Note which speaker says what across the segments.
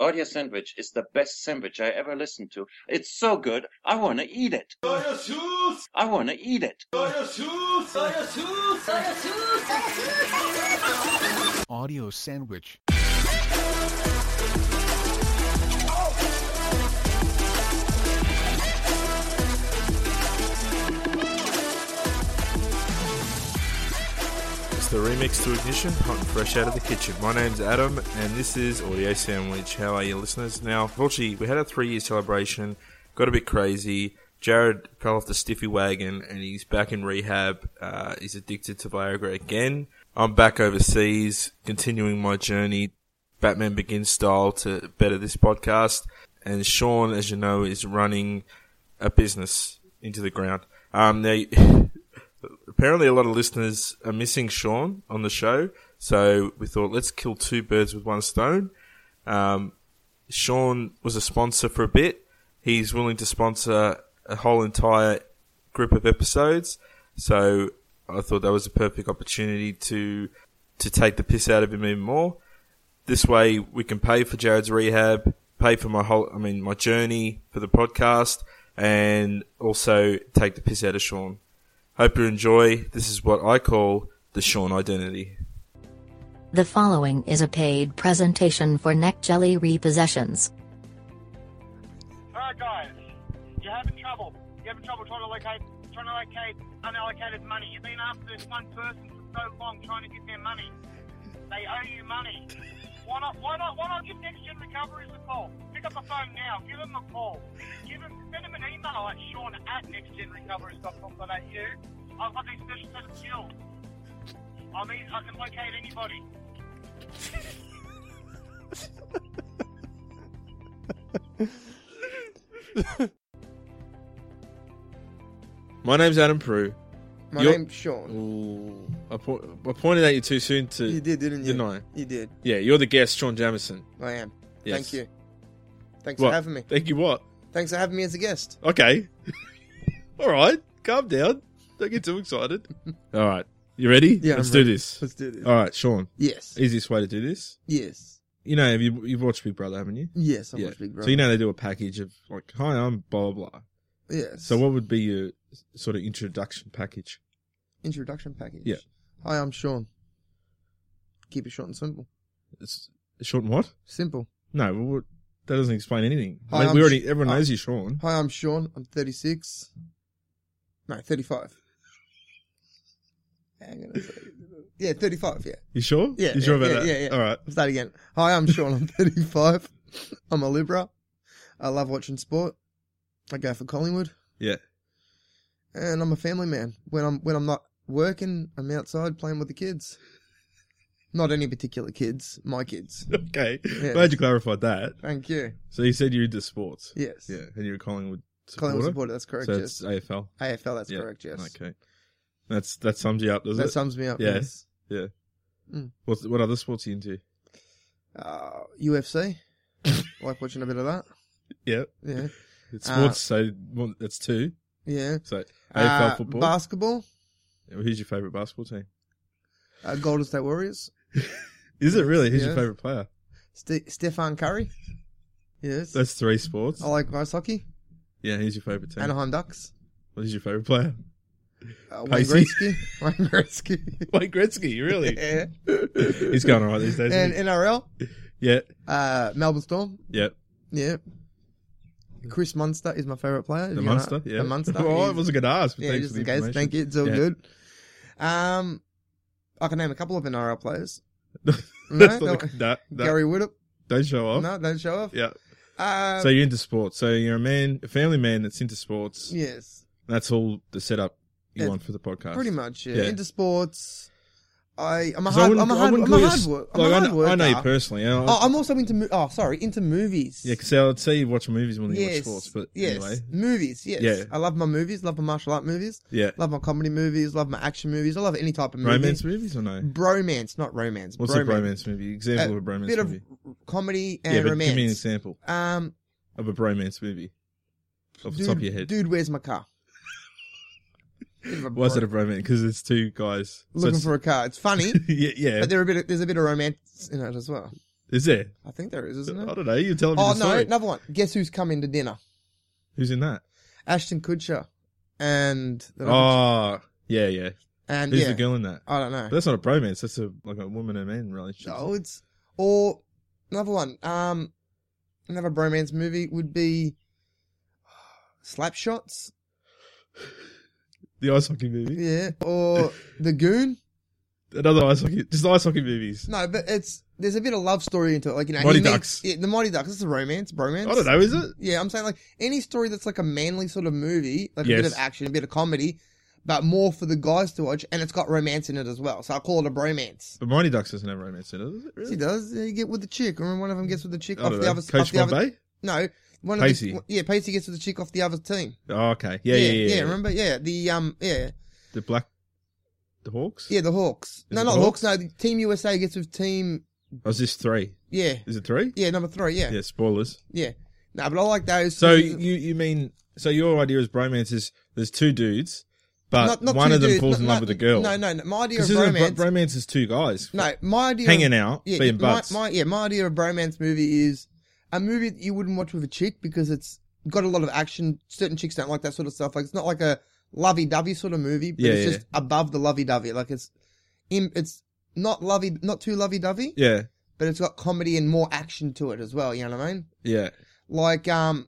Speaker 1: Audio Sandwich is the best sandwich I ever listened to. It's so good, I want to eat it. I want to eat it.
Speaker 2: Audio Sandwich.
Speaker 3: It's the remix to Ignition, hot and fresh out of the kitchen. My name's Adam, and this is Audio Sandwich. How are you, listeners? Now, unfortunately, we had a three year celebration, got a bit crazy. Jared fell off the stiffy wagon, and he's back in rehab. Uh, he's addicted to Viagra again. I'm back overseas, continuing my journey, Batman Begins style, to better this podcast. And Sean, as you know, is running a business into the ground. Um, they, apparently, a lot of listeners are missing Sean on the show, so we thought let's kill two birds with one stone. Um, Sean was a sponsor for a bit. He's willing to sponsor a whole entire group of episodes, so I thought that was a perfect opportunity to to take the piss out of him even more. This way, we can pay for Jared's rehab, pay for my whole, I mean, my journey for the podcast, and also take the piss out of Sean. Hope you enjoy. This is what I call the Sean identity.
Speaker 4: The following is a paid presentation for neck jelly repossessions.
Speaker 5: Alright guys, you're having trouble. You're having trouble trying to locate trying to locate unallocated money. You've been after this one person for so long trying to get their money. They owe you money. Why not why not why not give next gen recoveries a call? Pick up the phone now, give them a call. Give them send them an email at Sean at nextgenrecoveries.com.au. I've got these special set of skills. I mean I can locate anybody.
Speaker 3: My name's Adam Prue.
Speaker 6: My
Speaker 3: You're-
Speaker 6: name's Sean.
Speaker 3: Ooh, I, po- I pointed at you too soon to.
Speaker 6: You did, didn't you?
Speaker 3: Didn't I?
Speaker 6: You did.
Speaker 3: Yeah, you're the guest, Sean Jamison.
Speaker 6: I am.
Speaker 3: Yes.
Speaker 6: Thank you. Thanks
Speaker 3: What?
Speaker 6: for having me.
Speaker 3: Thank you. What?
Speaker 6: Thanks for having me as a guest.
Speaker 3: Okay. All right. Calm down. Don't get too excited. All right. You ready? Let's
Speaker 6: I'm
Speaker 3: do
Speaker 6: ready.
Speaker 3: this. Uh,
Speaker 6: Let's do this.
Speaker 3: All right, Sean.
Speaker 6: Yes.
Speaker 3: Easiest way to do this.
Speaker 6: Yes.
Speaker 3: You know, have you you've watched Big Brother, haven't you?
Speaker 6: Yes. I'm
Speaker 3: yeah.
Speaker 6: yeah. Big Brother.
Speaker 3: So you know they do a package of like, hi, I'm blah blah blah.
Speaker 6: Yes.
Speaker 3: So what would be your sort of introduction package?
Speaker 6: Introduction package.
Speaker 3: Yeah.
Speaker 6: Hi, I'm Sean. Keep it short and simple.
Speaker 3: It's Sean what?
Speaker 6: Simple.
Speaker 3: No, well, what- that doesn't explain anything.
Speaker 6: Hi,
Speaker 3: Like,
Speaker 6: I'm
Speaker 3: we already
Speaker 6: Sh-
Speaker 3: everyone
Speaker 6: I-
Speaker 3: knows you, Sean.
Speaker 6: Hi, I'm Sean. I'm 36. No, 35. Hang on a second. Yeah, 35. Yeah.
Speaker 3: You sure?
Speaker 6: Yeah.
Speaker 3: You sure
Speaker 6: yeah,
Speaker 3: about that?
Speaker 6: yeah, Yeah, yeah.
Speaker 3: All right.
Speaker 6: I'll start again. Hi, I'm Sean. I'm 35. I'm a Libra. I love watching sport. I go for Collingwood.
Speaker 3: Yeah.
Speaker 6: And I'm a family man. When I'm when I'm not working, I'm outside playing with the kids. Not any particular kids, my kids.
Speaker 3: Okay.
Speaker 6: Yeah.
Speaker 3: Glad you clarified that.
Speaker 6: Thank you.
Speaker 3: So you said you're into sports.
Speaker 6: Yes.
Speaker 3: Yeah, and you're a Collingwood supporter.
Speaker 6: Collingwood supporter, that's correct,
Speaker 3: so
Speaker 6: yes.
Speaker 3: it's AFL.
Speaker 6: AFL, that's
Speaker 3: Yeah,
Speaker 6: correct, yes.
Speaker 3: Okay, that's that sums you up, does
Speaker 6: that
Speaker 3: it?
Speaker 6: sums me up,
Speaker 3: Yeah.
Speaker 6: yes.
Speaker 3: What's- what other sports are you into?
Speaker 6: Uh, UFC. like watching a bit of that.
Speaker 3: Yeah,
Speaker 6: Yeah.
Speaker 3: it's
Speaker 6: Uh,
Speaker 3: sports. so one, that's two.
Speaker 6: Yeah.
Speaker 3: So AFL
Speaker 6: Uh,
Speaker 3: football.
Speaker 6: Basketball.
Speaker 3: Who's your favourite basketball team?
Speaker 6: Uh, Golden State Warriors.
Speaker 3: Is it really? Who's your
Speaker 6: Yes.
Speaker 3: favourite player?
Speaker 6: Ste Stefan Curry. Yes.
Speaker 3: That's three sports.
Speaker 6: I like ice hockey.
Speaker 3: yeah, who's your favourite team?
Speaker 6: Anaheim Ducks.
Speaker 3: What is your favourite player?
Speaker 6: Uh, Wayne
Speaker 3: Pacey.
Speaker 6: Gretzky. Wayne Gretzky.
Speaker 3: Wayne Gretzky. Really?
Speaker 6: yeah.
Speaker 3: He's going alright these days.
Speaker 6: And
Speaker 3: isn't
Speaker 6: NRL.
Speaker 3: he? yeah,
Speaker 6: Uh, Melbourne Storm.
Speaker 3: yeah.
Speaker 6: Yeah. Chris Munster is my favourite player.
Speaker 3: The
Speaker 6: You know-
Speaker 3: Munster. Yeah,
Speaker 6: The Munster.
Speaker 3: Well, I
Speaker 6: He's-
Speaker 3: wasn't going to ask. But
Speaker 6: yeah,
Speaker 3: thanks
Speaker 6: just
Speaker 3: for
Speaker 6: in
Speaker 3: the
Speaker 6: case. Thank you. It's all
Speaker 3: Yeah.
Speaker 6: good. Um, I can name a couple of NRL players.
Speaker 3: That's
Speaker 6: No,
Speaker 3: not the- no, no.
Speaker 6: Gary Woodop.
Speaker 3: Don't show off.
Speaker 6: No, don't show off.
Speaker 3: Yeah.
Speaker 6: Uh,
Speaker 3: So you're into sports. So you're a man, a family man that's into sports.
Speaker 6: yes.
Speaker 3: That's all the setup you
Speaker 6: Yeah,
Speaker 3: want for the podcast.
Speaker 6: Pretty much. Yeah.
Speaker 3: Yeah.
Speaker 6: Into sports. I, I'm a
Speaker 3: 'Cause
Speaker 6: hard,
Speaker 3: wouldn't-
Speaker 6: I'm a hard, I'm
Speaker 3: wouldn't
Speaker 6: a
Speaker 3: call you
Speaker 6: hard,
Speaker 3: s-
Speaker 6: work, I'm
Speaker 3: like,
Speaker 6: a
Speaker 3: I
Speaker 6: hard
Speaker 3: know, I know you
Speaker 6: worker.
Speaker 3: personally. I,
Speaker 6: Oh, I'm also into mo- oh sorry into movies.
Speaker 3: yeah, because I'd say you watch movies more than you watch sports. But
Speaker 6: yes,
Speaker 3: anyway,
Speaker 6: movies. Yes,
Speaker 3: Yeah.
Speaker 6: I love my movies. Love my martial art movies.
Speaker 3: yeah,
Speaker 6: Love my comedy movies. Love my action movies. I love any type of movie.
Speaker 3: romance movies or no?
Speaker 6: bromance, not romance.
Speaker 3: What's a bromance movie? Example
Speaker 6: A
Speaker 3: of a bromance
Speaker 6: bit
Speaker 3: movie.
Speaker 6: of comedy and
Speaker 3: yeah, but give me an
Speaker 6: romance.
Speaker 3: example
Speaker 6: Um,
Speaker 3: of a bromance movie off the
Speaker 6: dude,
Speaker 3: top of your head.
Speaker 6: dude, where's my car? Bit of a
Speaker 3: Why is
Speaker 6: bro-
Speaker 3: it a bromance? Because it's two guys So
Speaker 6: looking
Speaker 3: it's-
Speaker 6: for a car? It's funny,
Speaker 3: yeah, yeah.
Speaker 6: but there are a bit. Of, there's a bit of romance in it as well.
Speaker 3: Is there?
Speaker 6: I think there is, isn't
Speaker 3: I
Speaker 6: it?
Speaker 3: don't know. You're telling me
Speaker 6: Oh
Speaker 3: the
Speaker 6: no,
Speaker 3: story.
Speaker 6: another one. Guess who's coming to dinner?
Speaker 3: Who's in that?
Speaker 6: Ashton Kutcher and the
Speaker 3: Oh, yeah, yeah.
Speaker 6: and
Speaker 3: Who's
Speaker 6: yeah,
Speaker 3: the girl in that?
Speaker 6: I don't know.
Speaker 3: That's not a bromance. That's a like a woman and man relationship.
Speaker 6: No, it's or another one. Um, another bromance movie would be Slapshots.
Speaker 3: The ice hockey movie.
Speaker 6: Yeah, or The Goon.
Speaker 3: Another ice hockey. Just ice hockey movies.
Speaker 6: No, but it's there's a bit of love story into it. Like you know, he
Speaker 3: Mighty
Speaker 6: meets-
Speaker 3: Ducks.
Speaker 6: yeah, the Mighty Ducks. It's a romance, bromance.
Speaker 3: I don't know. Is it?
Speaker 6: Yeah, I'm saying like any story that's like a manly sort of movie, like a bit
Speaker 3: Yes.
Speaker 6: of action, a bit of comedy, but more for the guys to watch, and it's got romance in it as well. So I call it a bromance.
Speaker 3: But Mighty Ducks doesn't have romance in it, does it? Really? Oh,
Speaker 6: He does. Yeah, you get with the chick, and one of them gets with the chick
Speaker 3: I
Speaker 6: off
Speaker 3: don't
Speaker 6: the
Speaker 3: know.
Speaker 6: other. off
Speaker 3: Coach
Speaker 6: the other,
Speaker 3: Bombay.
Speaker 6: No, one
Speaker 3: Pacey.
Speaker 6: Of the, yeah, Pacey gets with the chick off the other team.
Speaker 3: Oh, okay. Yeah, yeah, yeah. yeah.
Speaker 6: Remember? Yeah, the um, yeah,
Speaker 3: The black, the Hawks.
Speaker 6: yeah, the Hawks.
Speaker 3: Is
Speaker 6: no,
Speaker 3: it
Speaker 6: not
Speaker 3: the
Speaker 6: Hawks.
Speaker 3: Hawks?
Speaker 6: No, the Team USA gets with Team.
Speaker 3: Or Oh, is this three?
Speaker 6: Yeah,
Speaker 3: Is it three?
Speaker 6: yeah, number three. Yeah,
Speaker 3: Yeah. Spoilers.
Speaker 6: yeah. No, but I like those.
Speaker 3: So you you mean so your idea is bromance is there's two dudes, but one
Speaker 6: two
Speaker 3: of them
Speaker 6: dudes,
Speaker 3: falls
Speaker 6: not-
Speaker 3: in love
Speaker 6: no,
Speaker 3: with a girl.
Speaker 6: No, no, no. My idea of
Speaker 3: This isn't
Speaker 6: romance.
Speaker 3: a bro- bromance is two guys
Speaker 6: no, my idea. of-
Speaker 3: hanging out, being
Speaker 6: my,
Speaker 3: butts.
Speaker 6: my yeah, my idea of bromance movie is a movie that you wouldn't watch with a chick because it's got a lot of action. Certain chicks don't like that sort of stuff. Like it's not like a lovey-dovey sort of movie, but
Speaker 3: Yeah,
Speaker 6: it's
Speaker 3: yeah.
Speaker 6: just above the lovey-dovey. Like it's, im- it's not lovey, not too lovey-dovey,
Speaker 3: yeah,
Speaker 6: but it's got comedy and more action to it as well. You know what I mean?
Speaker 3: yeah.
Speaker 6: Like um,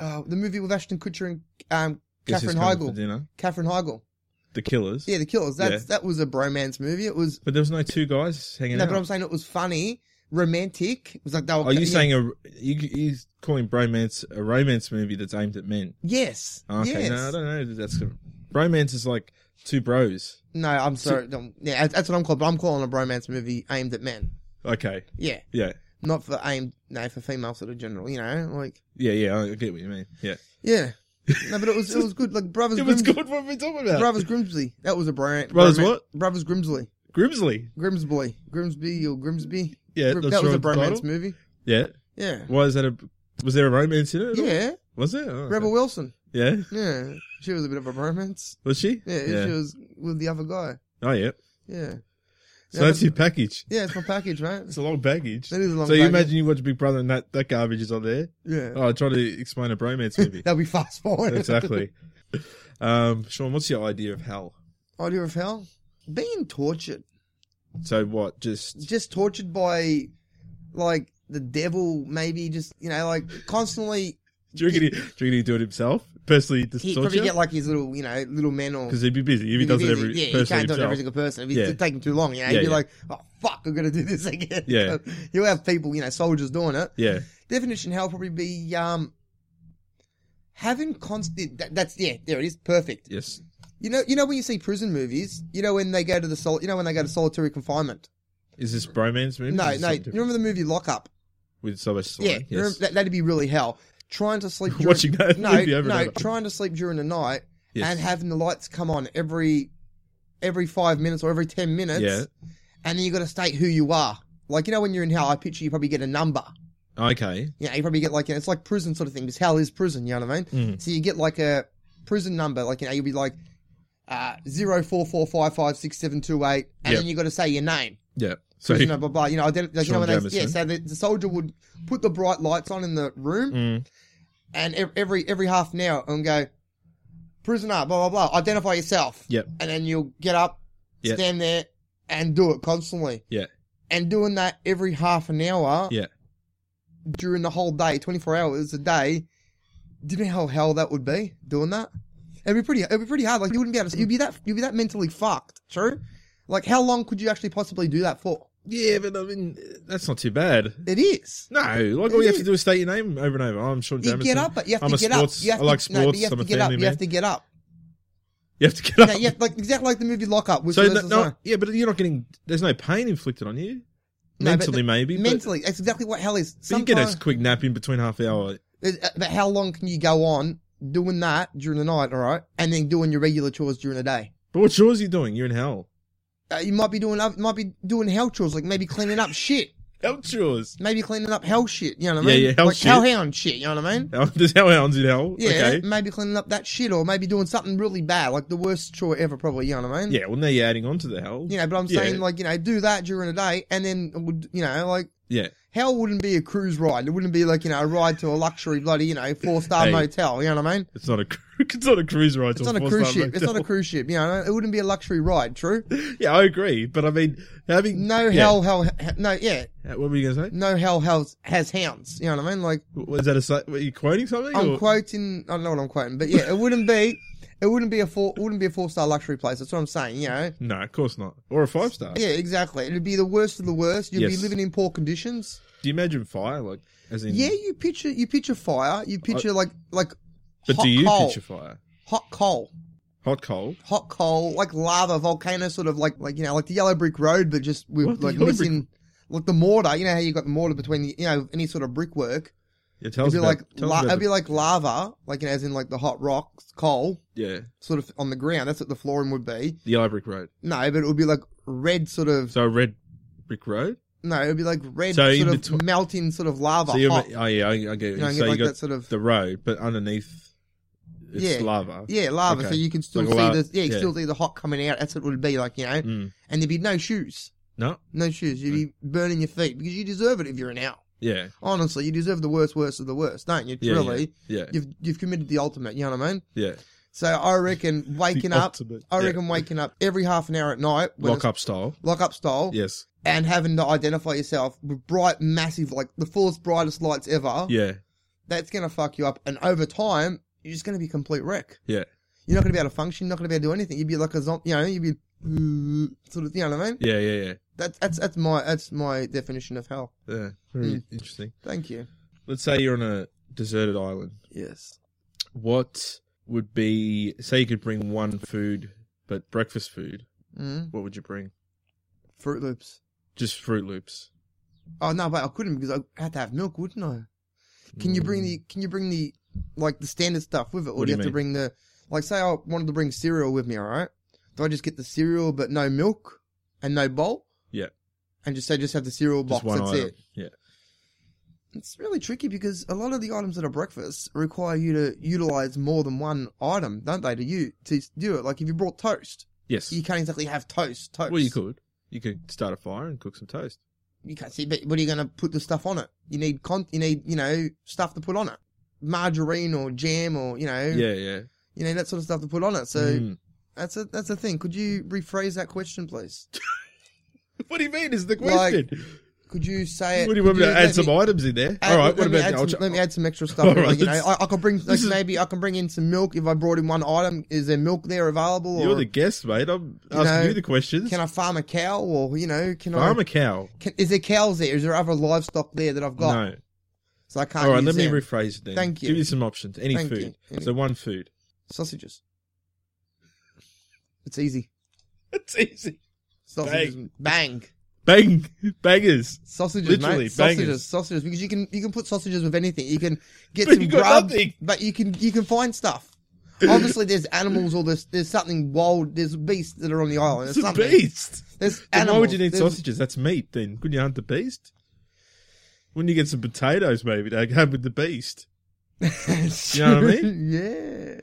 Speaker 6: uh, the movie with Ashton Kutcher and um,
Speaker 3: Guess who's
Speaker 6: Catherine
Speaker 3: coming for
Speaker 6: Heigl.
Speaker 3: dinner?
Speaker 6: Catherine Heigl.
Speaker 3: The Killers.
Speaker 6: Yeah, The Killers. That's
Speaker 3: Yeah.
Speaker 6: that was a bromance movie. It was
Speaker 3: But there was no two guys hanging
Speaker 6: no,
Speaker 3: out.
Speaker 6: but I'm saying it was funny, romantic. It was like they were.
Speaker 3: Are you
Speaker 6: yeah.
Speaker 3: saying a you you calling bromance a romance movie that's aimed at men? Ah,
Speaker 6: Yes.
Speaker 3: Okay,
Speaker 6: yes.
Speaker 3: no, I don't know. if That's bromance is like two bros.
Speaker 6: No, I'm sorry. don't- yeah, that's- that's what I'm calling. But I'm calling a bromance movie aimed at men.
Speaker 3: Okay,
Speaker 6: Yeah,
Speaker 3: yeah,
Speaker 6: not for aimed. No, for female sort of general. You know, like
Speaker 3: yeah, yeah. I get what you mean. Yeah,
Speaker 6: yeah. No, but it was it was good. Like brothers.
Speaker 3: it was
Speaker 6: Grims-
Speaker 3: good. What we talking about?
Speaker 6: Brothers Grimsley. That was a brand.
Speaker 3: Brothers
Speaker 6: bromance-
Speaker 3: what?
Speaker 6: Brothers Grimsley.
Speaker 3: Grimsley.
Speaker 6: Grimsby. Grimsby or Grimsby.
Speaker 3: Yeah,
Speaker 6: Grim-
Speaker 3: that's
Speaker 6: that was a
Speaker 3: right, the
Speaker 6: bromance
Speaker 3: title.
Speaker 6: movie.
Speaker 3: Yeah.
Speaker 6: Yeah.
Speaker 3: Why is that a? Was there a romance in it? at all?
Speaker 6: Yeah.
Speaker 3: Was there? Oh, okay.
Speaker 6: Rebel Wilson.
Speaker 3: Yeah.
Speaker 6: Yeah. She was a bit of a bromance.
Speaker 3: Was she?
Speaker 6: Yeah, She was with the other guy.
Speaker 3: Oh yeah.
Speaker 6: Yeah.
Speaker 3: So
Speaker 6: Yeah,
Speaker 3: that's
Speaker 6: but-
Speaker 3: your package.
Speaker 6: Yeah, it's my package, right?
Speaker 3: It's a long baggage.
Speaker 6: That is a long
Speaker 3: so you
Speaker 6: package.
Speaker 3: imagine you watch Big Brother and that, that garbage is on there.
Speaker 6: Yeah.
Speaker 3: Oh, trying to explain a bromance movie.
Speaker 6: That'll be fast forward.
Speaker 3: exactly. Um, Sean, what's your idea of hell?
Speaker 6: Idea of hell? Being tortured.
Speaker 3: So what? Just
Speaker 6: Just tortured by, like, the devil, maybe just, you know, like, constantly.
Speaker 3: do you reckon he, do you reckon he do it himself personally? Just
Speaker 6: He'd probably
Speaker 3: torture
Speaker 6: get, like, his little, you know, little men or.
Speaker 3: because he'd be busy if he does it every
Speaker 6: Yeah, you
Speaker 3: personally
Speaker 6: can't do it to
Speaker 3: himself.
Speaker 6: every single person. It'd, be,
Speaker 3: Yeah.
Speaker 6: it'd take him too long, you know. He'd
Speaker 3: Yeah,
Speaker 6: be
Speaker 3: yeah.
Speaker 6: like, oh, fuck, I'm going to do this again.
Speaker 3: Yeah.
Speaker 6: You'll have people, you know, soldiers doing it.
Speaker 3: Yeah,
Speaker 6: definition hell probably be um having constant that, that's yeah there it is perfect
Speaker 3: yes,
Speaker 6: you know you know when you see prison movies you know when they go to the sol- you know when they go to solitary confignment
Speaker 3: is this bromance movie?
Speaker 6: no
Speaker 3: Is this
Speaker 6: no you
Speaker 3: something different?
Speaker 6: remember the movie lock up
Speaker 3: with Sylvester
Speaker 6: yeah
Speaker 3: Stallone.
Speaker 6: you
Speaker 3: yes.
Speaker 6: remember, that, that'd be really hell trying to sleep during,
Speaker 3: Watching that
Speaker 6: no
Speaker 3: movie over and
Speaker 6: no
Speaker 3: over.
Speaker 6: trying to sleep during the night
Speaker 3: Yes.
Speaker 6: and having the lights come on every every five minutes or every ten minutes
Speaker 3: Yeah.
Speaker 6: and then you got to state who you are like you know when you're in hell I picture you probably get a number
Speaker 3: Okay.
Speaker 6: you know, you probably get like, you know, it's like prison sort of thing because hell is prison, you know what I mean?
Speaker 3: Mm.
Speaker 6: So you get like a prison number, like, you know, you'll be like, uh, 0445567728, and
Speaker 3: Yep.
Speaker 6: then you got to say your name.
Speaker 3: Yeah. So
Speaker 6: So, you know, blah, blah. You know, identi- like, you know
Speaker 3: Sean
Speaker 6: when they, yeah,
Speaker 3: Jamison.
Speaker 6: so the, the soldier would put the bright lights on in the room,
Speaker 3: Mm.
Speaker 6: and ev- every every half an hour, and go, prisoner, blah, blah, blah, identify yourself.
Speaker 3: Yep.
Speaker 6: And then you'll get up,
Speaker 3: Yep.
Speaker 6: stand there, and do it constantly.
Speaker 3: Yeah.
Speaker 6: And doing that every half an hour
Speaker 3: Yeah.
Speaker 6: during the whole day, 24 hours a day. Do you know how hell that would be doing that? It'd be pretty. It'd be pretty hard. Like you wouldn't be able to. You'd be that. You'd be that mentally fucked. True. Like how long could you actually possibly do that for?
Speaker 3: Yeah, but I mean that's not too bad.
Speaker 6: It is.
Speaker 3: No, like all you have to do is state your name over and over. I'm Sean
Speaker 6: You
Speaker 3: Jamison.
Speaker 6: get up, but you have
Speaker 3: I'm
Speaker 6: to
Speaker 3: a
Speaker 6: get
Speaker 3: sports,
Speaker 6: up. You have
Speaker 3: I like
Speaker 6: to, no, but
Speaker 3: sports.
Speaker 6: you have
Speaker 3: I'm
Speaker 6: to
Speaker 3: a
Speaker 6: get up.
Speaker 3: family
Speaker 6: You
Speaker 3: man.
Speaker 6: have to get up.
Speaker 3: You have to get up.
Speaker 6: No, you have, like exactly like the movie Lock Up. With
Speaker 3: so no,
Speaker 6: Sylvester
Speaker 3: no-
Speaker 6: Stallone.
Speaker 3: yeah, but you're not getting. There's no pain inflicted on you.
Speaker 6: No, but
Speaker 3: mentally,
Speaker 6: the-
Speaker 3: maybe.
Speaker 6: mentally, that's exactly what hell is.
Speaker 3: but, but you get
Speaker 6: Sometimes-
Speaker 3: a quick nap in between half hour.
Speaker 6: Is- uh, But how long can you go on doing that during the night, all right? And then doing your regular chores during the day.
Speaker 3: But what chores are you doing? You're in hell.
Speaker 6: Uh, you might be doing oth- might be doing hell chores, like maybe cleaning up shit,
Speaker 3: Hell chores.
Speaker 6: maybe cleaning up hell shit. You know what I
Speaker 3: Yeah,
Speaker 6: mean?
Speaker 3: yeah, hell
Speaker 6: like
Speaker 3: shit.
Speaker 6: hellhound shit. You know what I mean?
Speaker 3: Hell- There's hellhounds in hell.
Speaker 6: Yeah,
Speaker 3: Okay.
Speaker 6: maybe cleaning up that shit, or maybe doing something really bad, like the worst chore ever, probably. You know what I mean?
Speaker 3: Yeah. Well, now you're adding on to the hell.
Speaker 6: You know, but I'm
Speaker 3: Yeah.
Speaker 6: saying like you know do that during the day, and then it would you know like
Speaker 3: Yeah.
Speaker 6: hell wouldn't be a cruise ride. It wouldn't be like you know a ride to a luxury bloody you know four star
Speaker 3: Hey.
Speaker 6: motel. You know what I mean?
Speaker 3: It's not a cru- it's not a cruise ride.
Speaker 6: It's not a cruise ship. It's not a cruise ship. You know, it wouldn't be a luxury ride. True.
Speaker 3: Yeah, I agree. But I mean, having
Speaker 6: No
Speaker 3: yeah.
Speaker 6: hell, hell, he- no, yeah,
Speaker 3: Uh, What were you gonna say?
Speaker 6: no hell, hell has hounds. You know what I mean? Like
Speaker 3: Was that a? si- Were you quoting something?
Speaker 6: I'm
Speaker 3: or-
Speaker 6: quoting. I don't know what I'm quoting, but yeah, it wouldn't be. It wouldn't be a four. it Wouldn't be a four star luxury place. That's what I'm saying. You know.
Speaker 3: no, of course not. Or a five star.
Speaker 6: Yeah, exactly. It'd be the worst of the worst. You'd be
Speaker 3: Yes.
Speaker 6: living in poor conditions.
Speaker 3: Do you imagine fire? Like, as in,
Speaker 6: Yeah, you picture you picture fire. You picture like like
Speaker 3: But
Speaker 6: hot
Speaker 3: do you
Speaker 6: coal,
Speaker 3: picture fire?
Speaker 6: hot coal,
Speaker 3: Hot coal.
Speaker 6: hot coal, like lava, volcano, sort of like like you know like the yellow brick road, but just with
Speaker 3: What, the
Speaker 6: like
Speaker 3: yellow brick-
Speaker 6: missing like the mortar. You know how you got the mortar between the, you know any sort of brickwork.
Speaker 3: Yeah, tell us
Speaker 6: It'd be
Speaker 3: about.
Speaker 6: like
Speaker 3: tell
Speaker 6: la-
Speaker 3: us
Speaker 6: it'd
Speaker 3: about
Speaker 6: be like lava, like you know, as in like the hot rocks, coal,
Speaker 3: the- yeah,
Speaker 6: sort of on the ground. That's what the flooring would be.
Speaker 3: the yellow brick road.
Speaker 6: No, but it would be like red, sort of.
Speaker 3: So a red brick road.
Speaker 6: no, it would be like red,
Speaker 3: So in
Speaker 6: sort of
Speaker 3: betwe-
Speaker 6: melting, sort of lava.
Speaker 3: so you're,
Speaker 6: hot.
Speaker 3: oh yeah, I, I get. what
Speaker 6: you
Speaker 3: You
Speaker 6: know, and
Speaker 3: so
Speaker 6: get like
Speaker 3: you
Speaker 6: that
Speaker 3: got
Speaker 6: sort of
Speaker 3: the road, but underneath, it's
Speaker 6: Yeah.
Speaker 3: lava.
Speaker 6: Yeah, lava. So
Speaker 3: Okay.
Speaker 6: you can still
Speaker 3: Like
Speaker 6: see
Speaker 3: la-
Speaker 6: the yeah, you can
Speaker 3: yeah.
Speaker 6: still see the hot coming out. That's what it would be like, you know.
Speaker 3: Mm.
Speaker 6: And there'd be no shoes,
Speaker 3: No.
Speaker 6: no shoes. You'd be
Speaker 3: Mm.
Speaker 6: burning your feet because you deserve it if you're an out.
Speaker 3: Yeah.
Speaker 6: Honestly, you deserve the worst, worst of the worst, don't you?
Speaker 3: Yeah,
Speaker 6: really,
Speaker 3: Yeah.
Speaker 6: you've you've committed the ultimate. You know what I mean?
Speaker 3: Yeah.
Speaker 6: So I reckon waking
Speaker 3: The
Speaker 6: up,
Speaker 3: ultimate,
Speaker 6: I
Speaker 3: yeah.
Speaker 6: reckon waking up every half an hour at night, when
Speaker 3: Lock
Speaker 6: it's-
Speaker 3: up style.
Speaker 6: lock up style,
Speaker 3: Yes.
Speaker 6: and having to identify yourself with bright, massive, like the fullest, brightest lights ever.
Speaker 3: Yeah.
Speaker 6: that's gonna fuck you up, and over time, you're just gonna be a complete wreck.
Speaker 3: Yeah.
Speaker 6: You're not going to be able to function. You're not going to be able to do anything. You'd be like a zombie. You know, you'd be uh, sort of. You know what I mean?
Speaker 3: Yeah. Yeah. Yeah.
Speaker 6: That's that's that's my that's my definition of hell.
Speaker 3: Yeah. Very
Speaker 6: Mm.
Speaker 3: interesting.
Speaker 6: Thank you.
Speaker 3: Let's say you're on a deserted island.
Speaker 6: Yes.
Speaker 3: What would be? Say you could bring one food, but breakfast food.
Speaker 6: Mm.
Speaker 3: What would you bring?
Speaker 6: Fruit Loops.
Speaker 3: Just Fruit Loops.
Speaker 6: Oh no, but I couldn't because I had to have milk, wouldn't I? Can you
Speaker 3: Mm.
Speaker 6: bring the Can you bring the like the standard stuff with it, or
Speaker 3: What
Speaker 6: do
Speaker 3: do
Speaker 6: you
Speaker 3: you
Speaker 6: have to
Speaker 3: mean?
Speaker 6: bring the like? Say I wanted to bring cereal with me. All right. Do I just get the cereal but no milk and no bowl?
Speaker 3: Yeah.
Speaker 6: And just say just have the cereal
Speaker 3: Just
Speaker 6: box.
Speaker 3: one
Speaker 6: that's
Speaker 3: item.
Speaker 6: it.
Speaker 3: Yeah.
Speaker 6: It's really tricky because a lot of the items that are breakfast require you to utilize more than one item, don't they? To you to do it. Like if you brought toast,
Speaker 3: Yes.
Speaker 6: you can't exactly have toast. Toast.
Speaker 3: well, you could. You could start a fire and cook some toast.
Speaker 6: You can't see. But what are you going to put the stuff on it? You need con. You need you know stuff to put on it, margarine or jam or you know
Speaker 3: Yeah. Yeah.
Speaker 6: you know that sort of stuff to put on it. So
Speaker 3: Mm.
Speaker 6: that's a that's a thing. Could you rephrase that question, please?
Speaker 3: What do you mean? Is the
Speaker 6: Like-
Speaker 3: question?
Speaker 6: Could you say it?
Speaker 3: what do you want me
Speaker 6: could
Speaker 3: to
Speaker 6: let
Speaker 3: add some items in there?
Speaker 6: add-
Speaker 3: All right.
Speaker 6: let
Speaker 3: What
Speaker 6: me
Speaker 3: about?
Speaker 6: add
Speaker 3: I'll
Speaker 6: some,
Speaker 3: ch-
Speaker 6: let me add some extra stuff.
Speaker 3: All
Speaker 6: in,
Speaker 3: right,
Speaker 6: you know,
Speaker 3: this-
Speaker 6: I, I could bring like,
Speaker 3: this is-
Speaker 6: maybe I can bring in some milk if I brought in one item. Is there milk there available?
Speaker 3: You're
Speaker 6: or
Speaker 3: the guest, mate. I'm
Speaker 6: You
Speaker 3: asking
Speaker 6: know,
Speaker 3: you the questions.
Speaker 6: can I farm a cow or you know can
Speaker 3: Farm
Speaker 6: I?
Speaker 3: a cow.
Speaker 6: Can, is there cows there? Is there other livestock there that I've got?
Speaker 3: No.
Speaker 6: So I can't.
Speaker 3: All right.
Speaker 6: use
Speaker 3: Let me
Speaker 6: them.
Speaker 3: rephrase it then.
Speaker 6: Thank you.
Speaker 3: Give me some options. Any
Speaker 6: Thank
Speaker 3: food.
Speaker 6: you. Any-
Speaker 3: So one food.
Speaker 6: sausages. It's easy.
Speaker 3: It's easy.
Speaker 6: Sausages, bang,
Speaker 3: Bang, bangers.
Speaker 6: sausages,
Speaker 3: Literally,
Speaker 6: mate. Sausages,
Speaker 3: bangers.
Speaker 6: sausages. Because you can you can put sausages with anything. You can get
Speaker 3: But
Speaker 6: some
Speaker 3: you got
Speaker 6: grub,
Speaker 3: nothing.
Speaker 6: but you can you can find stuff. Obviously, there's animals or there's there's something wild. There's beasts that are on the island. There's
Speaker 3: It's a
Speaker 6: something.
Speaker 3: beast.
Speaker 6: There's
Speaker 3: Then
Speaker 6: animals.
Speaker 3: why would you need
Speaker 6: there's-
Speaker 3: sausages? That's meat. Then couldn't you hunt the beast? Wouldn't you get some potatoes maybe to have with the beast? You know what I mean?
Speaker 6: yeah.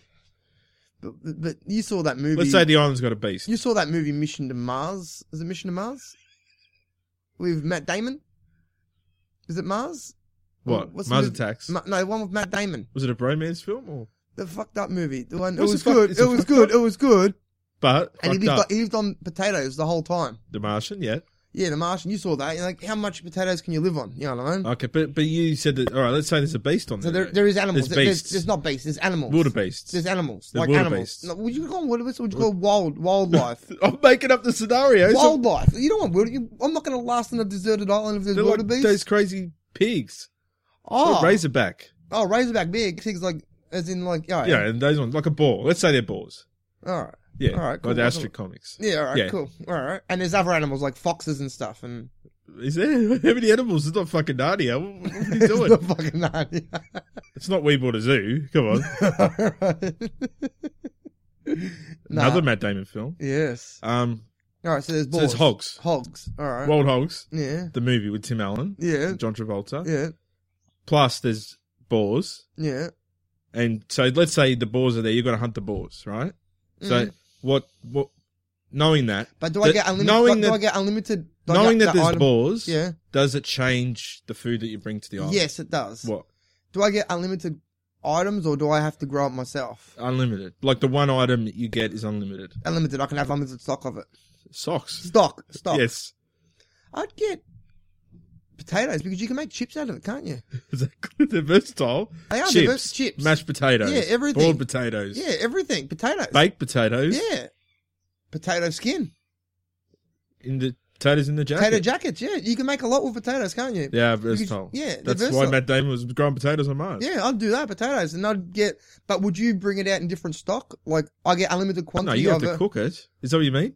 Speaker 6: But, but but you saw that movie.
Speaker 3: Let's say the island's got a beast.
Speaker 6: you saw that movie Mission to Mars. Is it Mission to Mars? With Matt Damon. Is it Mars?
Speaker 3: what?
Speaker 6: What's the
Speaker 3: Mars
Speaker 6: movie?
Speaker 3: attacks.
Speaker 6: Ma- no, the one with Matt Damon.
Speaker 3: was it a bromance film or?
Speaker 6: The fucked up movie. The one. It
Speaker 3: What's
Speaker 6: was
Speaker 3: the fuck-
Speaker 6: good.
Speaker 3: it's
Speaker 6: It
Speaker 3: a
Speaker 6: was
Speaker 3: fucked
Speaker 6: good.
Speaker 3: up-
Speaker 6: It was good.
Speaker 3: But
Speaker 6: And he
Speaker 3: fucked up.
Speaker 6: lived, on, he lived on potatoes the whole time.
Speaker 3: the Martian, yeah.
Speaker 6: Yeah, The Martian. You saw that. You're like, how much potatoes can you live on? You know what I mean?
Speaker 3: Okay, but but you said that. All right, let's say there's a beast on
Speaker 6: so
Speaker 3: there.
Speaker 6: there, there is animals.
Speaker 3: There's
Speaker 6: There- There's,
Speaker 3: beasts.
Speaker 6: there's not beasts. There's animals.
Speaker 3: Water beasts.
Speaker 6: There's animals.
Speaker 3: They're
Speaker 6: like
Speaker 3: water
Speaker 6: animals.
Speaker 3: beasts.
Speaker 6: No, would you call them water beasts? or Would you call them wild wildlife?
Speaker 3: I'm making up the scenarios.
Speaker 6: wildlife. You don't want wild. You, I'm not going to last on a deserted island if there's
Speaker 3: They're
Speaker 6: water
Speaker 3: like
Speaker 6: beasts.
Speaker 3: those crazy pigs.
Speaker 6: oh,
Speaker 3: Or razorback.
Speaker 6: oh, razorback big things like as in like all right,
Speaker 3: Yeah, and those ones like a boar. Let's say they're boars.
Speaker 6: all right,
Speaker 3: Yeah,
Speaker 6: All right, cool.
Speaker 3: like the Astrid comics.
Speaker 6: yeah, all right,
Speaker 3: Yeah.
Speaker 6: cool, all right. And there's other animals like foxes and stuff and.
Speaker 3: Is there how many animals? It's not fucking Narnia. What what are you doing?
Speaker 6: It's not fucking Narnia.
Speaker 3: it's not We Bought a Zoo. Come on,
Speaker 6: Nah.
Speaker 3: another Matt Damon film.
Speaker 6: Yes.
Speaker 3: Um,
Speaker 6: All right. So there's
Speaker 3: So
Speaker 6: boars.
Speaker 3: there's hogs.
Speaker 6: Hogs. All right.
Speaker 3: Wild Hogs,
Speaker 6: yeah.
Speaker 3: the movie with Tim Allen,
Speaker 6: Yeah.
Speaker 3: and John Travolta.
Speaker 6: Yeah.
Speaker 3: Plus, there's boars,
Speaker 6: Yeah.
Speaker 3: and so let's say the boars are there. You've got to hunt the boars,
Speaker 6: Mm.
Speaker 3: right? So what? What? Knowing that,
Speaker 6: But do I
Speaker 3: That-
Speaker 6: get unlimited?
Speaker 3: knowing
Speaker 6: do, do
Speaker 3: that-
Speaker 6: I get unlimited Like,
Speaker 3: Knowing that,
Speaker 6: the
Speaker 3: there's
Speaker 6: item-
Speaker 3: laws,
Speaker 6: Yeah.
Speaker 3: does it change the food that you bring to the island?
Speaker 6: Yes, it does.
Speaker 3: What?
Speaker 6: Do I get unlimited items or do I have to grow it myself?
Speaker 3: Unlimited. Like the one item that you get is unlimited.
Speaker 6: Unlimited. I can have unlimited stock of it.
Speaker 3: Socks.
Speaker 6: Stock. Stock.
Speaker 3: Yes.
Speaker 6: I'd get potatoes because you can make chips out of it, can't you?
Speaker 3: Exactly. They're versatile.
Speaker 6: They are,
Speaker 3: chips,
Speaker 6: they're vers- chips.
Speaker 3: Mashed potatoes.
Speaker 6: Yeah, everything.
Speaker 3: Boiled potatoes.
Speaker 6: Yeah, everything. Potatoes.
Speaker 3: Baked potatoes.
Speaker 6: Yeah. Potato skin.
Speaker 3: In the potatoes in the jacket.
Speaker 6: Potato jackets. Yeah, you can make a lot with potatoes, can't you?
Speaker 3: Yeah,
Speaker 6: You could-
Speaker 3: versatile.
Speaker 6: yeah, they're
Speaker 3: That's why
Speaker 6: versatile.
Speaker 3: Matt Damon was growing potatoes on Mars.
Speaker 6: Yeah, I'd do that potatoes, and I'd get. But would you bring it out in different stock? Like I get unlimited
Speaker 3: No,
Speaker 6: quantity
Speaker 3: you have
Speaker 6: of
Speaker 3: to
Speaker 6: it.
Speaker 3: cook it. Is that what you mean?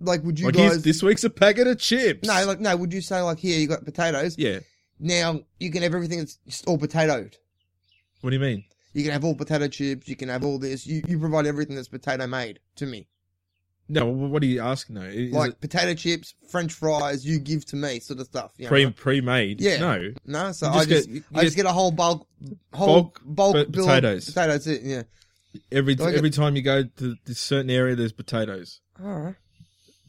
Speaker 6: Like, would uh, you
Speaker 3: like,
Speaker 6: guys?
Speaker 3: here's this week's a packet of chips.
Speaker 6: No, like no. Would you say like here you got potatoes?
Speaker 3: yeah.
Speaker 6: Now you can have everything that's just all potatoed.
Speaker 3: What do you mean?
Speaker 6: You can have all potato chips. You can have all this. You you provide everything that's potato made to me.
Speaker 3: No, wh- what are you asking though? Is
Speaker 6: like
Speaker 3: it
Speaker 6: potato chips, French fries. You give to me, sort of stuff. You know,
Speaker 3: pre
Speaker 6: right?
Speaker 3: pre made?
Speaker 6: Yeah.
Speaker 3: No.
Speaker 6: No, so
Speaker 3: You
Speaker 6: I
Speaker 3: just
Speaker 6: just
Speaker 3: get- you
Speaker 6: I just
Speaker 3: get-
Speaker 6: get a whole bulk whole
Speaker 3: Bulk
Speaker 6: bulk,
Speaker 3: po-
Speaker 6: bill of
Speaker 3: potatoes.
Speaker 6: Potatoes, it, yeah.
Speaker 3: Every
Speaker 6: Like
Speaker 3: every time you go to this certain area, there's potatoes.
Speaker 6: All right.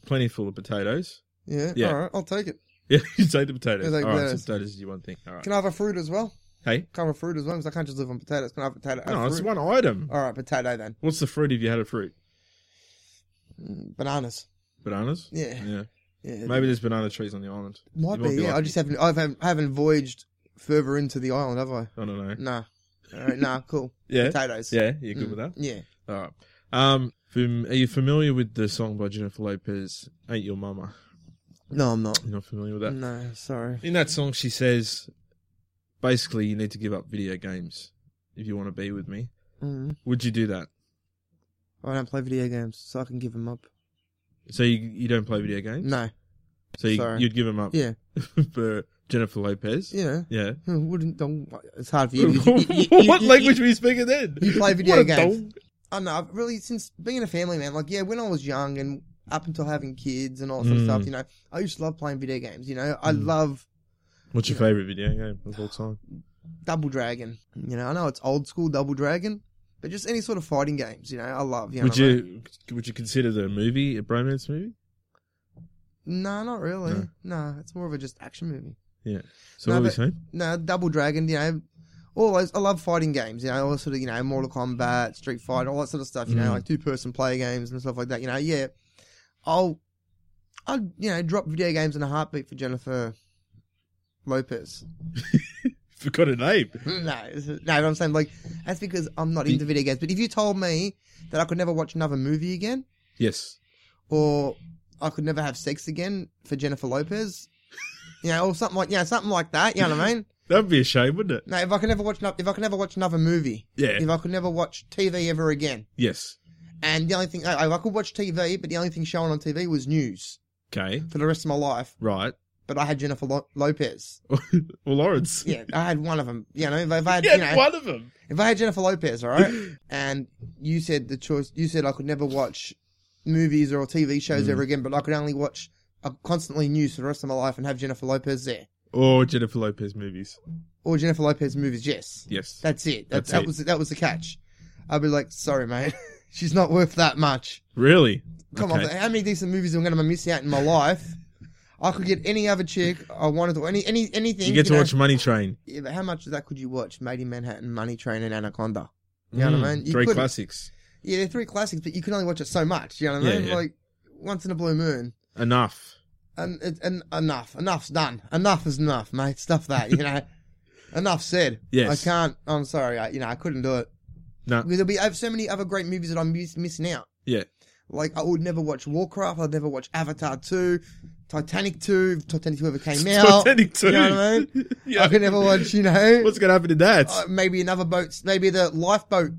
Speaker 3: Plentiful of potatoes.
Speaker 6: Yeah,
Speaker 3: Yeah.
Speaker 6: all right. I'll take it.
Speaker 3: Yeah, you take the potatoes.
Speaker 6: You take
Speaker 3: All right, so
Speaker 6: potatoes.
Speaker 3: potatoes is your one thing. All right.
Speaker 6: Can I have a fruit as well?
Speaker 3: Hey,
Speaker 6: Can I have a fruit as well? Because I can't just live on potatoes. Can I have potato? a
Speaker 3: no, it's
Speaker 6: fruit?
Speaker 3: one item.
Speaker 6: All right, potato then.
Speaker 3: What's the fruit if you had a fruit?
Speaker 6: Mm, Bananas.
Speaker 3: Bananas.
Speaker 6: Yeah.
Speaker 3: Yeah.
Speaker 6: Yeah,
Speaker 3: Maybe there's banana trees on the island. you
Speaker 6: might be.
Speaker 3: might be
Speaker 6: yeah, I
Speaker 3: lucky.
Speaker 6: just haven't. I've, I haven't voyaged further into the island, have I?
Speaker 3: I don't know.
Speaker 6: Nah. All right, nah. Cool.
Speaker 3: Yeah.
Speaker 6: Potatoes.
Speaker 3: Yeah. You good with that?
Speaker 6: Mm, Yeah.
Speaker 3: All right. Um, fam- are you familiar with the song by Jennifer Lopez, "Ain't Your Mama"?
Speaker 6: No, I'm not.
Speaker 3: You're not familiar with that?
Speaker 6: No, sorry.
Speaker 3: In that song, she says, basically, you need to give up video games if you want to be with me.
Speaker 6: Mm.
Speaker 3: Would you do that?
Speaker 6: I don't play video games, so I can give them up.
Speaker 3: So you you don't play video games?
Speaker 6: No.
Speaker 3: So you,
Speaker 6: sorry.
Speaker 3: you'd give them up
Speaker 6: Yeah.
Speaker 3: for Jennifer Lopez?
Speaker 6: Yeah.
Speaker 3: Yeah.
Speaker 6: Hmm, Wouldn't. Don't, it's hard for you. You- you- you- you-
Speaker 3: what
Speaker 6: you-
Speaker 3: language were you speaking then?
Speaker 6: you play video
Speaker 3: What a
Speaker 6: games.
Speaker 3: dog.
Speaker 6: I don't know. I've really, since being a family man, like, yeah, when I was young and up until having kids and all that sort of
Speaker 3: Mm.
Speaker 6: stuff, you know, I used to love playing video games. You know, I love
Speaker 3: What's your favorite video game of all time?
Speaker 6: Double Dragon. You know, I know it's old school Double Dragon, but just any sort of fighting games, you know, I love. You know
Speaker 3: would
Speaker 6: what I mean?
Speaker 3: you would you consider the movie a bromance movie?
Speaker 6: No, not really.
Speaker 3: No.
Speaker 6: No, it's more of a just action movie.
Speaker 3: Yeah. So
Speaker 6: No,
Speaker 3: what were you
Speaker 6: but-
Speaker 3: saying?
Speaker 6: No, Double Dragon, you know, all those, I love fighting games, you know, all sort of, you know, Mortal Kombat, Street Fighter, all that sort of stuff, you
Speaker 3: Mm.
Speaker 6: know, like two person play games and stuff like that, you know, yeah. I'll, I'd, you know, drop video games in a heartbeat for Jennifer Lopez.
Speaker 3: Forgot a name.
Speaker 6: No, this is- no, I'm saying, like, that's because I'm not
Speaker 3: You-
Speaker 6: into video games, but if you told me that I could never watch another movie again,
Speaker 3: Yes.
Speaker 6: or I could never have sex again for Jennifer Lopez, you know, or something like, yeah, something like that, you know what I mean?
Speaker 3: That'd be a shame, wouldn't it?
Speaker 6: No, if I could never watch, ano- if I could never watch another movie,
Speaker 3: Yeah.
Speaker 6: if I could never watch TV ever again,
Speaker 3: Yes.
Speaker 6: and the only thing I, I could watch TV, but the only thing shown on TV was news
Speaker 3: Okay.
Speaker 6: for the rest of my life.
Speaker 3: Right.
Speaker 6: But I had Jennifer Lo- Lopez.
Speaker 3: well, Lawrence.
Speaker 6: Yeah, I had one of them. You know, if I if I had,
Speaker 3: Yeah,
Speaker 6: you know,
Speaker 3: one of them.
Speaker 6: if I had Jennifer Lopez, all right, and you said the choice, you said I could never watch movies or TV shows
Speaker 3: Mm.
Speaker 6: ever again, but I could only watch uh, constantly news for the rest of my life and have Jennifer Lopez there
Speaker 3: Or Jennifer Lopez movies.
Speaker 6: or Jennifer Lopez movies. Yes,
Speaker 3: Yes.
Speaker 6: That's it. That,
Speaker 3: That's
Speaker 6: that
Speaker 3: it.
Speaker 6: was that was the catch. I'd be like, sorry, mate, she's not worth that much.
Speaker 3: really?
Speaker 6: Come
Speaker 3: Okay.
Speaker 6: on, how many decent movies am I going to miss out in my life? I could get any other chick I wanted, or any any anything.
Speaker 3: You get to
Speaker 6: know.
Speaker 3: watch Money Train.
Speaker 6: Yeah, but how much of that could you watch? Made in Manhattan, Money Train, and Anaconda. You know what I
Speaker 3: Mm,
Speaker 6: mean? You
Speaker 3: Three
Speaker 6: couldn't-
Speaker 3: classics.
Speaker 6: Yeah, they're three classics, but you can only watch it so much. You know what I
Speaker 3: Yeah,
Speaker 6: mean?
Speaker 3: yeah.
Speaker 6: Like once in a blue moon.
Speaker 3: Enough.
Speaker 6: And, it- and enough, enough's done. Enough is enough, mate. Stuff that, you know. enough said.
Speaker 3: Yes.
Speaker 6: I can't. I'm sorry. I, you know, I couldn't do it.
Speaker 3: No.
Speaker 6: Because there'll be I have so many other great movies that I'm miss, missing out.
Speaker 3: Yeah.
Speaker 6: Like I would never watch Warcraft. I'd never watch Avatar two, Titanic two, if Titanic two ever came out.
Speaker 3: Titanic two.
Speaker 6: You know what I mean?
Speaker 3: Yeah.
Speaker 6: I could never watch. You know,
Speaker 3: What's going to happen to that?
Speaker 6: uh, maybe another boat. Maybe the lifeboat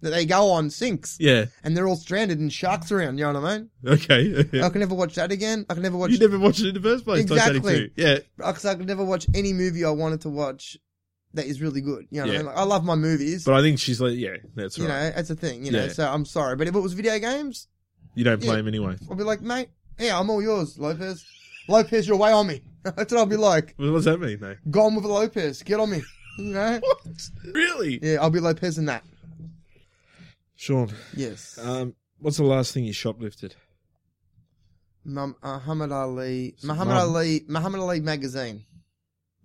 Speaker 6: that they go on sinks,
Speaker 3: yeah.
Speaker 6: and they're all stranded and sharks around. You know what I mean?
Speaker 3: Okay.
Speaker 6: I can never watch that again. I can never watch.
Speaker 3: you never watched it in the first place. Titanic
Speaker 6: Exactly.
Speaker 3: 2. Yeah.
Speaker 6: Because I could never watch any movie I wanted to watch that is really good. You know, what
Speaker 3: Yeah.
Speaker 6: I, mean? like, I love my movies.
Speaker 3: But I think she's like, yeah, that's
Speaker 6: you
Speaker 3: right.
Speaker 6: know, that's a thing. You know,
Speaker 3: Yeah.
Speaker 6: so I'm sorry, but if it was video games,
Speaker 3: you don't play
Speaker 6: yeah.
Speaker 3: him anyway.
Speaker 6: I'll be like, mate, yeah, I'm all yours, Lopez. Lopez, you're way on me. That's what I'll be like.
Speaker 3: What does that mean, though?
Speaker 6: Gone with Lopez. Get on me. You know?
Speaker 3: Really?
Speaker 6: Yeah, I'll be Lopez in that.
Speaker 3: Sean,
Speaker 6: Yes.
Speaker 3: Uh, um, what's the last thing you shoplifted?
Speaker 6: Mum- uh, Muhammad Ali.
Speaker 3: Some
Speaker 6: Muhammad
Speaker 3: mum.
Speaker 6: Ali. Muhammad Ali magazine.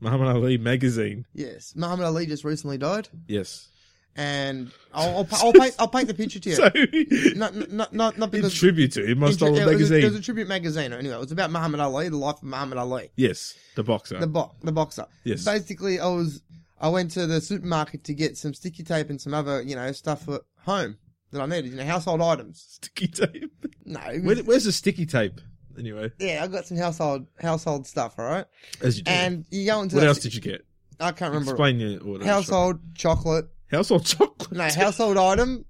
Speaker 3: Muhammad Ali magazine.
Speaker 6: Yes, Muhammad Ali just recently died,
Speaker 3: Yes.
Speaker 6: and I'll I'll, pa- I'll paint I'll paint the picture to you.
Speaker 3: So,
Speaker 6: not not not not
Speaker 3: in
Speaker 6: because
Speaker 3: tribute to him, I stole
Speaker 6: it
Speaker 3: a
Speaker 6: was- It was
Speaker 3: magazine.
Speaker 6: a tribute magazine. Anyway, it was about Muhammad Ali, the life of Muhammad Ali.
Speaker 3: yes, the boxer.
Speaker 6: the bo- the boxer.
Speaker 3: Yes.
Speaker 6: Basically, I was I went to the supermarket to get some sticky tape and some other you know stuff at home that I needed, you know, household items.
Speaker 3: sticky tape.
Speaker 6: No, it
Speaker 3: Where,
Speaker 6: was-
Speaker 3: where's the sticky tape? Anyway,
Speaker 6: yeah, I got some household household stuff. All right,
Speaker 3: as you do.
Speaker 6: and you go into
Speaker 3: what
Speaker 6: that-
Speaker 3: else did you get?
Speaker 6: I can't remember.
Speaker 3: Explain your order.
Speaker 6: household chocolate,
Speaker 3: Household chocolate.
Speaker 6: no household item,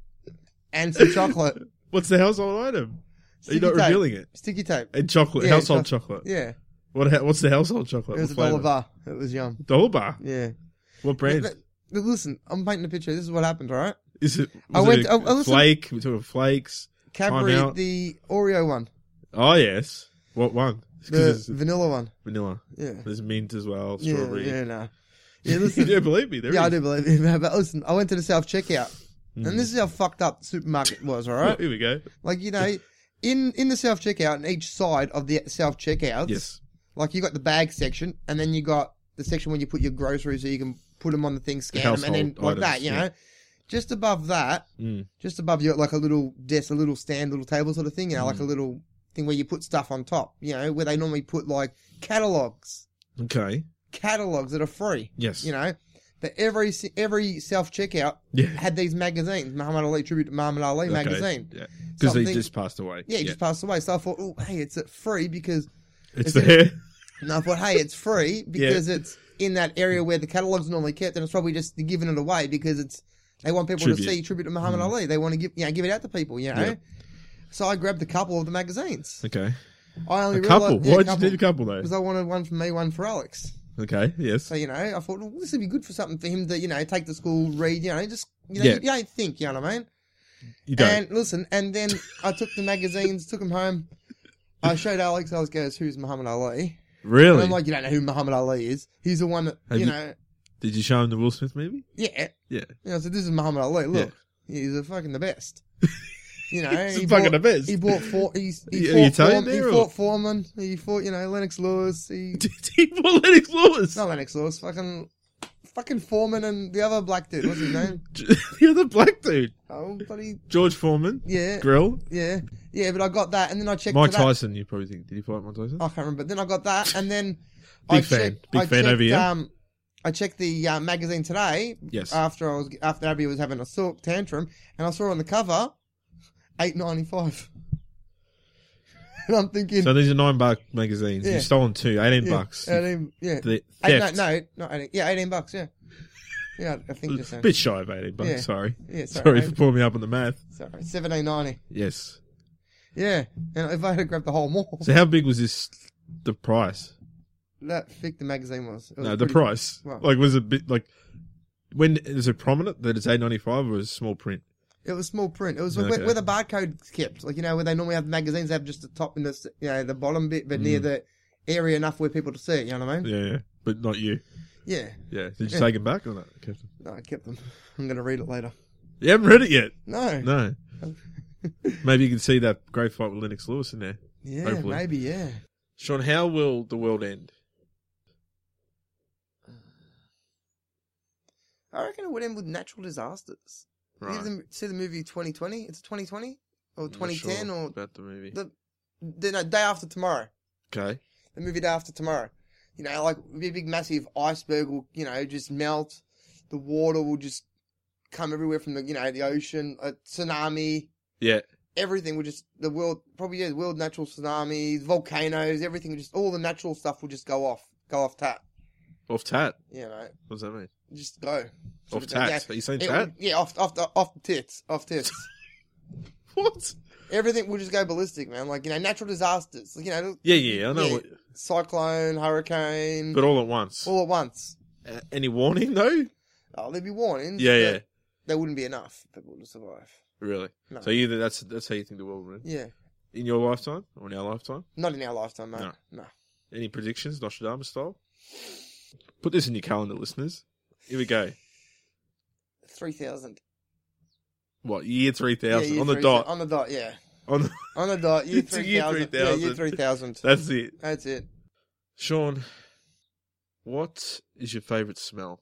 Speaker 6: and some chocolate.
Speaker 3: What's the household item? Are you
Speaker 6: Sticky
Speaker 3: not
Speaker 6: tape.
Speaker 3: revealing it?
Speaker 6: Sticky tape.
Speaker 3: And chocolate,
Speaker 6: Yeah,
Speaker 3: household
Speaker 6: cho-
Speaker 3: chocolate.
Speaker 6: Yeah,
Speaker 3: What? ha- What's the household chocolate?
Speaker 6: it was a
Speaker 3: What
Speaker 6: dollar
Speaker 3: flavour?
Speaker 6: bar. It was yum.
Speaker 3: Dollar bar.
Speaker 6: Yeah.
Speaker 3: What brand
Speaker 6: But- but Listen, I'm painting a picture. This is what happened. All right,
Speaker 3: is it?
Speaker 6: I
Speaker 3: was
Speaker 6: went-
Speaker 3: it
Speaker 6: I-
Speaker 3: a
Speaker 6: I listened-
Speaker 3: flake. We're talking flakes.
Speaker 6: Cadbury,
Speaker 3: out.
Speaker 6: the Oreo one,
Speaker 3: Oh yes. What one? It's 'cause
Speaker 6: the
Speaker 3: it's
Speaker 6: vanilla one.
Speaker 3: vanilla.
Speaker 6: Yeah.
Speaker 3: There's mint as well.
Speaker 6: Yeah,
Speaker 3: Strawberry.
Speaker 6: yeah, no. Yeah,
Speaker 3: you
Speaker 6: listen.
Speaker 3: don't believe me? There
Speaker 6: yeah, I
Speaker 3: is. Mm.
Speaker 6: do believe you, man. But listen, I went to the self checkout, and this is how fucked up the supermarket was. All
Speaker 3: Oh,
Speaker 6: right,
Speaker 3: here we go.
Speaker 6: like you know, in in the self checkout, on each side of the self checkout,
Speaker 3: Yes.
Speaker 6: like you got the bag section, and then you got the section where you put your groceries, so you can put them on the thing, scan them, and then like
Speaker 3: household
Speaker 6: that,
Speaker 3: items,
Speaker 6: you
Speaker 3: yeah.
Speaker 6: know. Just above that,
Speaker 3: Mm.
Speaker 6: just above your like a little desk, a little stand, little table sort of thing, you know, like
Speaker 3: Mm.
Speaker 6: a little thing where you put stuff on top, you know, where they normally put like catalogs,
Speaker 3: Okay.
Speaker 6: catalogs that are free.
Speaker 3: Yes.
Speaker 6: you know. But every every self checkout
Speaker 3: Yeah.
Speaker 6: had these magazines, Muhammad Ali tribute to Muhammad Ali
Speaker 3: Okay.
Speaker 6: magazine.
Speaker 3: Yeah. Because he
Speaker 6: Something-
Speaker 3: just passed away.
Speaker 6: Yeah, he just passed away. So I thought, oh, hey, it's at free because.
Speaker 3: It's
Speaker 6: Is it- Oh,
Speaker 3: there.
Speaker 6: And I thought, hey, it's free because it's in that area where the catalogs are normally kept, and it's probably just giving it away because it's they want people
Speaker 3: Tribute. Mm-hmm.
Speaker 6: to see tribute to Muhammad Ali. They want to give you know give it out to people, you know.
Speaker 3: Yeah.
Speaker 6: So I grabbed a couple of the magazines.
Speaker 3: Okay.
Speaker 6: I only
Speaker 3: A couple.
Speaker 6: realized- yeah,
Speaker 3: Why'd you need a couple though?
Speaker 6: Because I wanted one for me, one for Alex.
Speaker 3: Okay. Yes.
Speaker 6: So you know, I thought well, this would be good for something for him to you know take to school, read, you know, just you know,
Speaker 3: Yeah.
Speaker 6: you don't think, you know what I mean?
Speaker 3: You don't.
Speaker 6: And listen, and then I took the magazines, took them home. I showed Alex. I was goes, "Who's Muhammad Ali?" And
Speaker 3: really?
Speaker 6: I'm like, "You don't know who Muhammad Ali is? He's the one that
Speaker 3: Have
Speaker 6: you
Speaker 3: you-
Speaker 6: know."
Speaker 3: Did you show him the Will Smith movie?
Speaker 6: Yeah,
Speaker 3: Yeah.
Speaker 6: You know, so this is Muhammad Ali. Look, he's a fucking the best. You know,
Speaker 3: He's
Speaker 6: he
Speaker 3: fucking
Speaker 6: bought,
Speaker 3: the best.
Speaker 6: He bought four. He's, he
Speaker 3: Are
Speaker 6: fought
Speaker 3: you Italian
Speaker 6: Foreman, he
Speaker 3: there, or-
Speaker 6: fought Foreman. He fought you know Lennox Lewis. He
Speaker 3: Did he bought Lennox Lewis?
Speaker 6: not Lennox Lewis. Fucking, fucking Foreman and the other black dude. What's his name?
Speaker 3: the other black dude,
Speaker 6: Oh, buddy.
Speaker 3: George Foreman,
Speaker 6: Yeah,
Speaker 3: Grill,
Speaker 6: yeah, yeah. But I got that, and then I checked.
Speaker 3: Mike
Speaker 6: for that.
Speaker 3: Tyson. You probably think did he fight Mike Tyson?
Speaker 6: I can't remember. Then I got that, and then
Speaker 3: Big
Speaker 6: I
Speaker 3: fan.
Speaker 6: checked,
Speaker 3: Big
Speaker 6: I
Speaker 3: fan
Speaker 6: checked,
Speaker 3: over here.
Speaker 6: Um, I checked the uh, magazine today
Speaker 3: yes.
Speaker 6: after I was after Abby was having a silk tantrum, and I saw on the cover eight ninety five, and I'm thinking,
Speaker 3: so these are nine buck magazines.
Speaker 6: Yeah.
Speaker 3: You've stolen two, 18
Speaker 6: yeah,
Speaker 3: bucks.
Speaker 6: eighteen, yeah,
Speaker 3: The
Speaker 6: eight,
Speaker 3: theft.
Speaker 6: no, no, not eighteen, yeah, eighteen bucks, yeah, yeah, I think uh, just
Speaker 3: Bit shy of 18 bucks.
Speaker 6: Yeah.
Speaker 3: Sorry.
Speaker 6: yeah,
Speaker 3: Sorry
Speaker 6: sorry,
Speaker 3: for pulling me up on the math.
Speaker 6: sorry, seventeen ninety,
Speaker 3: Yes.
Speaker 6: yeah, and if I had grabbed the whole mall,
Speaker 3: So how big was this? The price?
Speaker 6: that thick the magazine was, It was
Speaker 3: No, the
Speaker 6: pretty-
Speaker 3: price.
Speaker 6: well-
Speaker 3: Like was it bit like when is it prominent that it's eight ninety five or is it small print?
Speaker 6: It was small print. It was
Speaker 3: Okay.
Speaker 6: where, where the barcode's kept. Like, you know, where they normally have the magazines, they have just the top and the, s- you know, the bottom bit, but
Speaker 3: Mm.
Speaker 6: near the area enough where people to see it, you know what I mean?
Speaker 3: Yeah, yeah. But not you.
Speaker 6: Yeah.
Speaker 3: Yeah. Did you take it back or not, Captain?
Speaker 6: No, I kept them. I'm going to read it later.
Speaker 3: You haven't read it yet.
Speaker 6: No.
Speaker 3: No. Maybe you can see that great fight with Lennox Lewis in there.
Speaker 6: yeah,
Speaker 3: hopefully.
Speaker 6: maybe, yeah.
Speaker 3: Sean, how will the world end?
Speaker 6: I reckon it would end with natural disasters. You
Speaker 3: Right.
Speaker 6: ever see the movie 2020? It's 2020? Or
Speaker 3: I'm not sure
Speaker 6: 2010? Or
Speaker 3: about the movie.
Speaker 6: the, the no, day after tomorrow.
Speaker 3: Okay.
Speaker 6: the movie day after tomorrow. You know, like it'll be a big massive iceberg will, you know, just melt. The water will just come everywhere from the, you know, the ocean, a tsunami,
Speaker 3: Yeah.
Speaker 6: everything will just, the world, probably, yeah, world natural tsunamis, volcanoes, everything, will just all the natural stuff will just go off, go off tap.
Speaker 3: Off tat.
Speaker 6: You know,
Speaker 3: What does that mean?
Speaker 6: just go.
Speaker 3: Off tat. Are you saying
Speaker 6: It
Speaker 3: tat?
Speaker 6: will- yeah, off, off, the, off the tits, off tits.
Speaker 3: What?
Speaker 6: everything will just go ballistic, man. Like, you know, natural disasters, you know,
Speaker 3: Yeah, yeah, I know.
Speaker 6: Yeah.
Speaker 3: What,
Speaker 6: cyclone, hurricane,
Speaker 3: but all at once.
Speaker 6: all at once.
Speaker 3: Uh, any warning though?
Speaker 6: Oh, there'd be warnings.
Speaker 3: Yeah,
Speaker 6: but-
Speaker 3: yeah.
Speaker 6: there wouldn't be enough people to survive.
Speaker 3: Really.
Speaker 6: No.
Speaker 3: So either that's that's how you think the world will end
Speaker 6: Yeah.
Speaker 3: in your lifetime or in our lifetime.
Speaker 6: Not in our lifetime, mate.
Speaker 3: No.
Speaker 6: No.
Speaker 3: Any predictions, Nostradamus style? Put this in your calendar, listeners. Here we go.
Speaker 6: 3,000.
Speaker 3: What year three
Speaker 6: Yeah,
Speaker 3: thousand
Speaker 6: year
Speaker 3: on the
Speaker 6: 3000.
Speaker 3: dot?
Speaker 6: On the dot, yeah.
Speaker 3: On the,
Speaker 6: On a dot, year
Speaker 3: It's a year
Speaker 6: 3000. Yeah, year
Speaker 3: 3000.
Speaker 6: 3000.
Speaker 3: that's it.
Speaker 6: That's it.
Speaker 3: Sean, what is your favourite smell?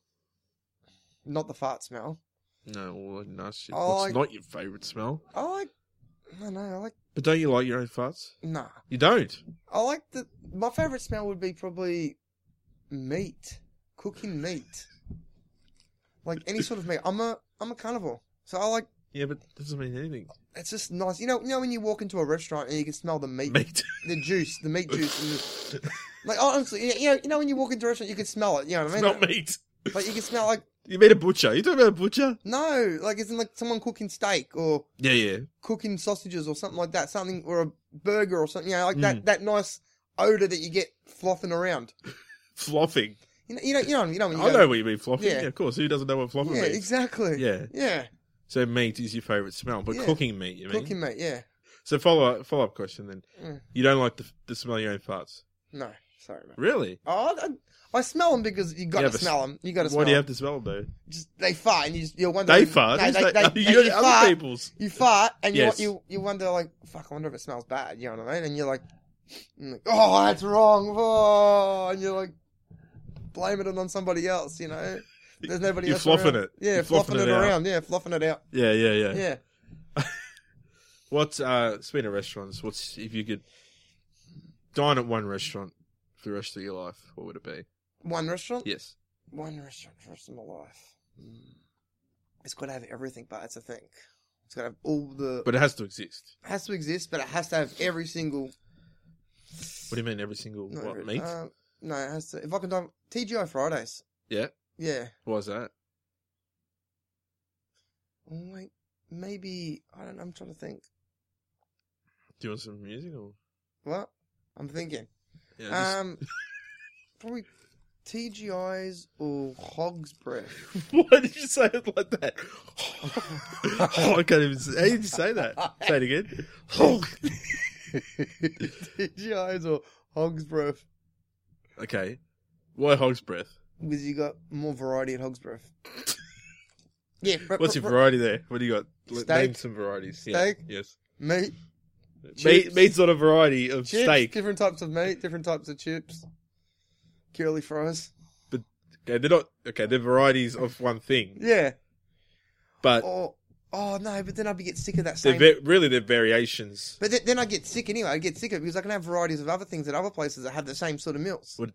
Speaker 6: Not the fart smell.
Speaker 3: No, well, I didn't ask you.
Speaker 6: I
Speaker 3: What's
Speaker 6: like-
Speaker 3: not your favourite smell?
Speaker 6: I like. I don't know. I like.
Speaker 3: But don't you like your own farts?
Speaker 6: Nah.
Speaker 3: You don't.
Speaker 6: I like the. My favorite smell would be probably meat, cooking meat, like any sort of meat. I'm a I'm a carnivore, so I like.
Speaker 3: Yeah, but that doesn't mean anything.
Speaker 6: It's just nice, you know. You know when you walk into a restaurant and you can smell the meat,
Speaker 3: Meat.
Speaker 6: the juice, the meat juice. And the, like honestly, you know, you know when you walk into a restaurant, you can smell it. You know what I mean? uh,
Speaker 3: Not meat.
Speaker 6: Like you can smell like
Speaker 3: You mean a butcher? You talking about a butcher?
Speaker 6: no, like it's in like someone cooking steak or
Speaker 3: Yeah, yeah.
Speaker 6: cooking sausages or something like that, something or a burger or something. You know, like that that nice odor that you get flopping around.
Speaker 3: Flopping.
Speaker 6: You know, you know, you know, you know when you
Speaker 3: I
Speaker 6: go-
Speaker 3: know what you mean, flopping. Yeah.
Speaker 6: Yeah.
Speaker 3: of course. Who doesn't know what flopping
Speaker 6: Yeah,
Speaker 3: means?
Speaker 6: exactly.
Speaker 3: Yeah.
Speaker 6: Yeah.
Speaker 3: So meat is your favourite smell, but
Speaker 6: Yeah.
Speaker 3: cooking meat, you mean?
Speaker 6: Cooking meat, yeah.
Speaker 3: So follow up, follow up question then.
Speaker 6: Mm.
Speaker 3: You don't like the, the smell of your own farts,
Speaker 6: No, sorry, mate.
Speaker 3: really?
Speaker 6: Oh, I, I smell them because you got
Speaker 3: Yeah,
Speaker 6: to
Speaker 3: but
Speaker 6: smell them. You got to
Speaker 3: Why
Speaker 6: smell
Speaker 3: do you
Speaker 6: them.
Speaker 3: have to smell them?
Speaker 6: Just, they fart and you just, you're
Speaker 3: Though? They
Speaker 6: wondering.
Speaker 3: fart.
Speaker 6: No,
Speaker 3: Who's
Speaker 6: they,
Speaker 3: they,
Speaker 6: they, they-
Speaker 3: you're
Speaker 6: you
Speaker 3: other
Speaker 6: fart.
Speaker 3: people's.
Speaker 6: You fart and you-
Speaker 3: Yes.
Speaker 6: you, you wonder like, fuck, I wonder if it smells bad. You know what I mean? And you're like, and like, oh, that's wrong. Oh, and you're like, blame it on somebody else. You know, there's nobody
Speaker 3: You're
Speaker 6: else.
Speaker 3: flopping
Speaker 6: around.
Speaker 3: it.
Speaker 6: Yeah,
Speaker 3: You're
Speaker 6: flopping,
Speaker 3: flopping
Speaker 6: it,
Speaker 3: it out.
Speaker 6: around. Yeah, flopping it out.
Speaker 3: Yeah, yeah, yeah.
Speaker 6: Yeah.
Speaker 3: What's uh? Speaking of restaurants, what's if you could dine at one restaurant for the rest of your life? What would it be?
Speaker 6: One restaurant.
Speaker 3: Yes.
Speaker 6: One restaurant for the rest of my life. Mm. It's got to have everything, but it's a thing. It's got to have all the.
Speaker 3: But it has to exist.
Speaker 6: it has to exist, but it has to have every single.
Speaker 3: What do you mean? Every single
Speaker 6: not
Speaker 3: what
Speaker 6: every-
Speaker 3: meat?
Speaker 6: Uh, no, it has to. If I can dive. TGI Fridays.
Speaker 3: yeah.
Speaker 6: Yeah.
Speaker 3: Why's that?
Speaker 6: Oh, wait. Maybe. I don't know. I'm trying to think.
Speaker 3: Do you want some music or?
Speaker 6: What? I'm thinking.
Speaker 3: Yeah, just-
Speaker 6: Um. probably TGI's or Hog's Breath.
Speaker 3: Why did you say it like that? Oh, I can't even. Say, how did you say that? Say it again.
Speaker 6: TGI's or Hog's Breath.
Speaker 3: okay. Why hog's breath?
Speaker 6: Because you got more variety at Hog's Breath. yeah. fr-
Speaker 3: What's
Speaker 6: fr-
Speaker 3: your variety there? What do you got? Let-
Speaker 6: Steak.
Speaker 3: Name some varieties. Yeah.
Speaker 6: Steak.
Speaker 3: Yes.
Speaker 6: fr- Meat.
Speaker 3: Meat, meat's not a variety of
Speaker 6: Chips,
Speaker 3: steak.
Speaker 6: different types of meat, different types of chips, curly fries.
Speaker 3: Okay, they're not. Okay, they're varieties of one thing,
Speaker 6: Yeah.
Speaker 3: but
Speaker 6: Or oh no, but then I'd be get sick of that
Speaker 3: they're
Speaker 6: same.
Speaker 3: va- really they're variations.
Speaker 6: but then, then I get sick anyway. I get sick of it because I can have varieties of other things at other places that have the same sort of meals,
Speaker 3: Would-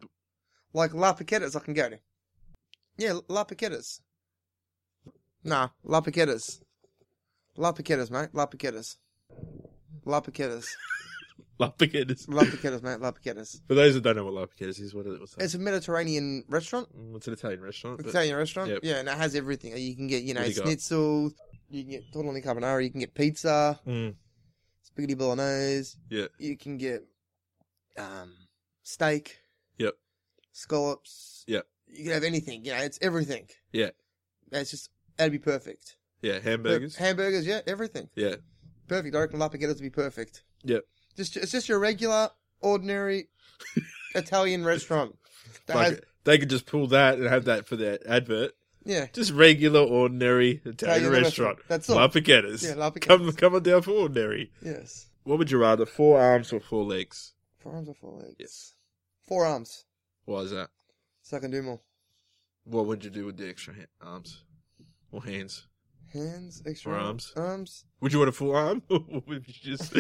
Speaker 6: like La Paquetas. I can go to. Yeah, La Paquetas. Nah, La Paquetas. La Paquetas, mate. La Paquetas. La Paquetas.
Speaker 3: Love Paquettes.
Speaker 6: La Paquetas, mate. La Paquetas.
Speaker 3: For those that don't know what love Paquettes is, what is it? What's, that?
Speaker 6: It's a Mediterranean restaurant.
Speaker 3: Mm, it's an Italian restaurant. but-
Speaker 6: Italian restaurant.
Speaker 3: Yep.
Speaker 6: Yeah, and it has everything. You can get, you know,
Speaker 3: What do you got?
Speaker 6: schnitzel, you can get tortellini carbonara, you can get pizza,
Speaker 3: Mm,
Speaker 6: spaghetti bolognese,
Speaker 3: yeah.
Speaker 6: you can get um steak.
Speaker 3: Yep.
Speaker 6: Scallops.
Speaker 3: Yep.
Speaker 6: You can have anything, you know, it's everything.
Speaker 3: Yeah.
Speaker 6: It's just that'd be perfect.
Speaker 3: Yeah. Hamburgers.
Speaker 6: Hamburgers, yeah, everything.
Speaker 3: yeah.
Speaker 6: Perfect. I reckon La Paquetta's would be perfect.
Speaker 3: Yep.
Speaker 6: Just it's just your regular, ordinary Italian restaurant. That
Speaker 3: Like,
Speaker 6: has,
Speaker 3: they could just pull that and have that for their advert.
Speaker 6: yeah.
Speaker 3: Just regular, ordinary Italian
Speaker 6: Italian
Speaker 3: restaurant.
Speaker 6: restaurant. That's
Speaker 3: La
Speaker 6: all.
Speaker 3: Paquettes.
Speaker 6: Yeah, La
Speaker 3: Come,
Speaker 6: Paquettes.
Speaker 3: come on down for ordinary.
Speaker 6: Yes.
Speaker 3: What would you rather, four arms or four legs?
Speaker 6: Four arms or four legs?
Speaker 3: Yes.
Speaker 6: Four arms.
Speaker 3: Why is that?
Speaker 6: So I can do more.
Speaker 3: What would you do with the extra ha- arms or hands?
Speaker 6: Hands, extra
Speaker 3: Or
Speaker 6: arms. Arms.
Speaker 3: Would you want a full arm, or would you just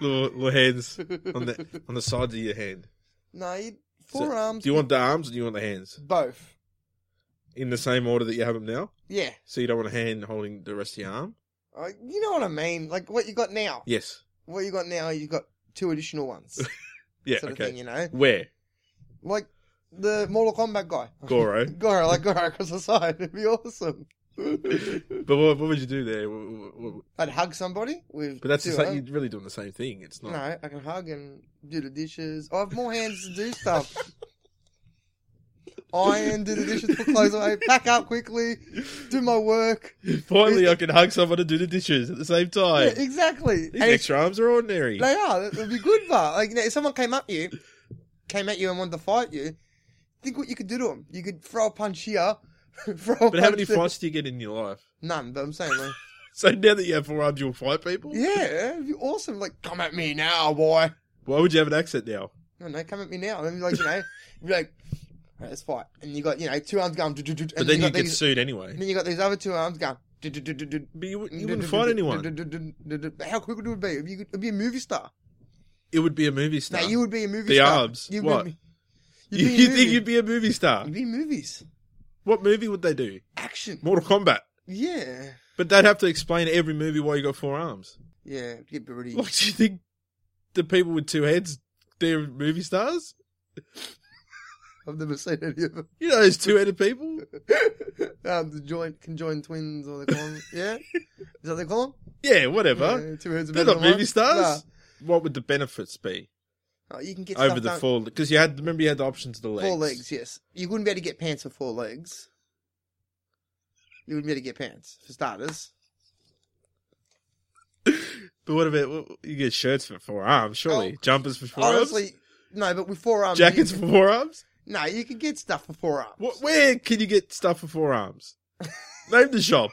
Speaker 3: little, little hands on the on the sides of your hand?
Speaker 6: No, you,
Speaker 3: So,
Speaker 6: four arms.
Speaker 3: Do you want the arms or do you want the hands
Speaker 6: both?
Speaker 3: in the same order that you have them now?
Speaker 6: Yeah.
Speaker 3: So you don't want a hand holding the rest of your arm?
Speaker 6: Uh, you know what I mean? Like what you got now.
Speaker 3: Yes.
Speaker 6: What you got now, you got two additional ones.
Speaker 3: Yeah.
Speaker 6: sort
Speaker 3: okay.
Speaker 6: of thing, you know?
Speaker 3: Where
Speaker 6: Like the Mortal Kombat guy.
Speaker 3: Goro?
Speaker 6: Goro, like Goro across the side. It'd be awesome. I'd
Speaker 3: But what, what would you do there? Wh- wh- wh-
Speaker 6: hug somebody with.
Speaker 3: But that's the
Speaker 6: two
Speaker 3: same,
Speaker 6: arms.
Speaker 3: you're really doing the same thing. It's not.
Speaker 6: No, I can hug and do the dishes. I have more hands to do stuff. Iron, do the dishes, put clothes away, pack up quickly, do my work.
Speaker 3: Finally, I can hug someone and do the dishes at the same
Speaker 6: Yeah,
Speaker 3: time.
Speaker 6: exactly.
Speaker 3: These
Speaker 6: And it's-
Speaker 3: extra arms are ordinary.
Speaker 6: They are. That would be good, but like, you know, if someone came up to you, came at you and wanted to fight you, think what you could do to them. You could throw a punch here, throw a
Speaker 3: But
Speaker 6: punch
Speaker 3: how many
Speaker 6: there.
Speaker 3: fights do you get in your life?
Speaker 6: None. But I'm saying, like,
Speaker 3: So now that you have four arms, you'll fight people?
Speaker 6: Yeah, it'd be awesome. Like, come at me now, boy.
Speaker 3: Why would you have an accent now?
Speaker 6: No, no, come at me now. And then, like, you know, you'd be like, "Alright, let's fight. And you got, you know, two arms going. But
Speaker 3: But then you get
Speaker 6: these,
Speaker 3: sued
Speaker 6: And
Speaker 3: anyway.
Speaker 6: then you got these other two arms going. "Du-du-du-du-du-du."
Speaker 3: But you, wouldn't- you wouldn't fight anyone.
Speaker 6: How quick would it be? It'd be, it'd be a movie star.
Speaker 3: It would be a movie
Speaker 6: No,
Speaker 3: star.
Speaker 6: you would be a movie
Speaker 3: The
Speaker 6: star.
Speaker 3: arms.
Speaker 6: You'd
Speaker 3: What?
Speaker 6: Be, you'd
Speaker 3: You,
Speaker 6: be in
Speaker 3: you
Speaker 6: movie.
Speaker 3: think you'd be a movie star?
Speaker 6: You'd be in movies.
Speaker 3: What movie would they do?
Speaker 6: Action.
Speaker 3: Mortal Kombat.
Speaker 6: Yeah.
Speaker 3: But they'd have to explain every movie why you got four arms.
Speaker 6: Yeah, get pretty.
Speaker 3: Like, do you think the people with two heads, they're movie stars?
Speaker 6: I've never seen any of them.
Speaker 3: You know those two-headed people?
Speaker 6: um, the joint conjoined twins, or they call them. Yeah, is that what they call them?
Speaker 3: Yeah, whatever.
Speaker 6: Yeah, two heads are
Speaker 3: They're
Speaker 6: better
Speaker 3: not
Speaker 6: than
Speaker 3: movie
Speaker 6: one.
Speaker 3: stars. What would the benefits be
Speaker 6: Nah. Oh, you can get
Speaker 3: over
Speaker 6: stuff
Speaker 3: the
Speaker 6: done-
Speaker 3: four? Because you had remember you had the option to the legs.
Speaker 6: four legs. Yes, you wouldn't be able to get pants for four legs. You wouldn't be able to get pants for starters.
Speaker 3: But what about well, you get shirts for four arms? Surely
Speaker 6: Oh,
Speaker 3: jumpers for four
Speaker 6: Honestly,
Speaker 3: arms,
Speaker 6: no, but with four arms,
Speaker 3: jackets
Speaker 6: You,
Speaker 3: for four arms.
Speaker 6: no, you can get stuff for four arms.
Speaker 3: What, where can you get stuff for four arms? Name the shop.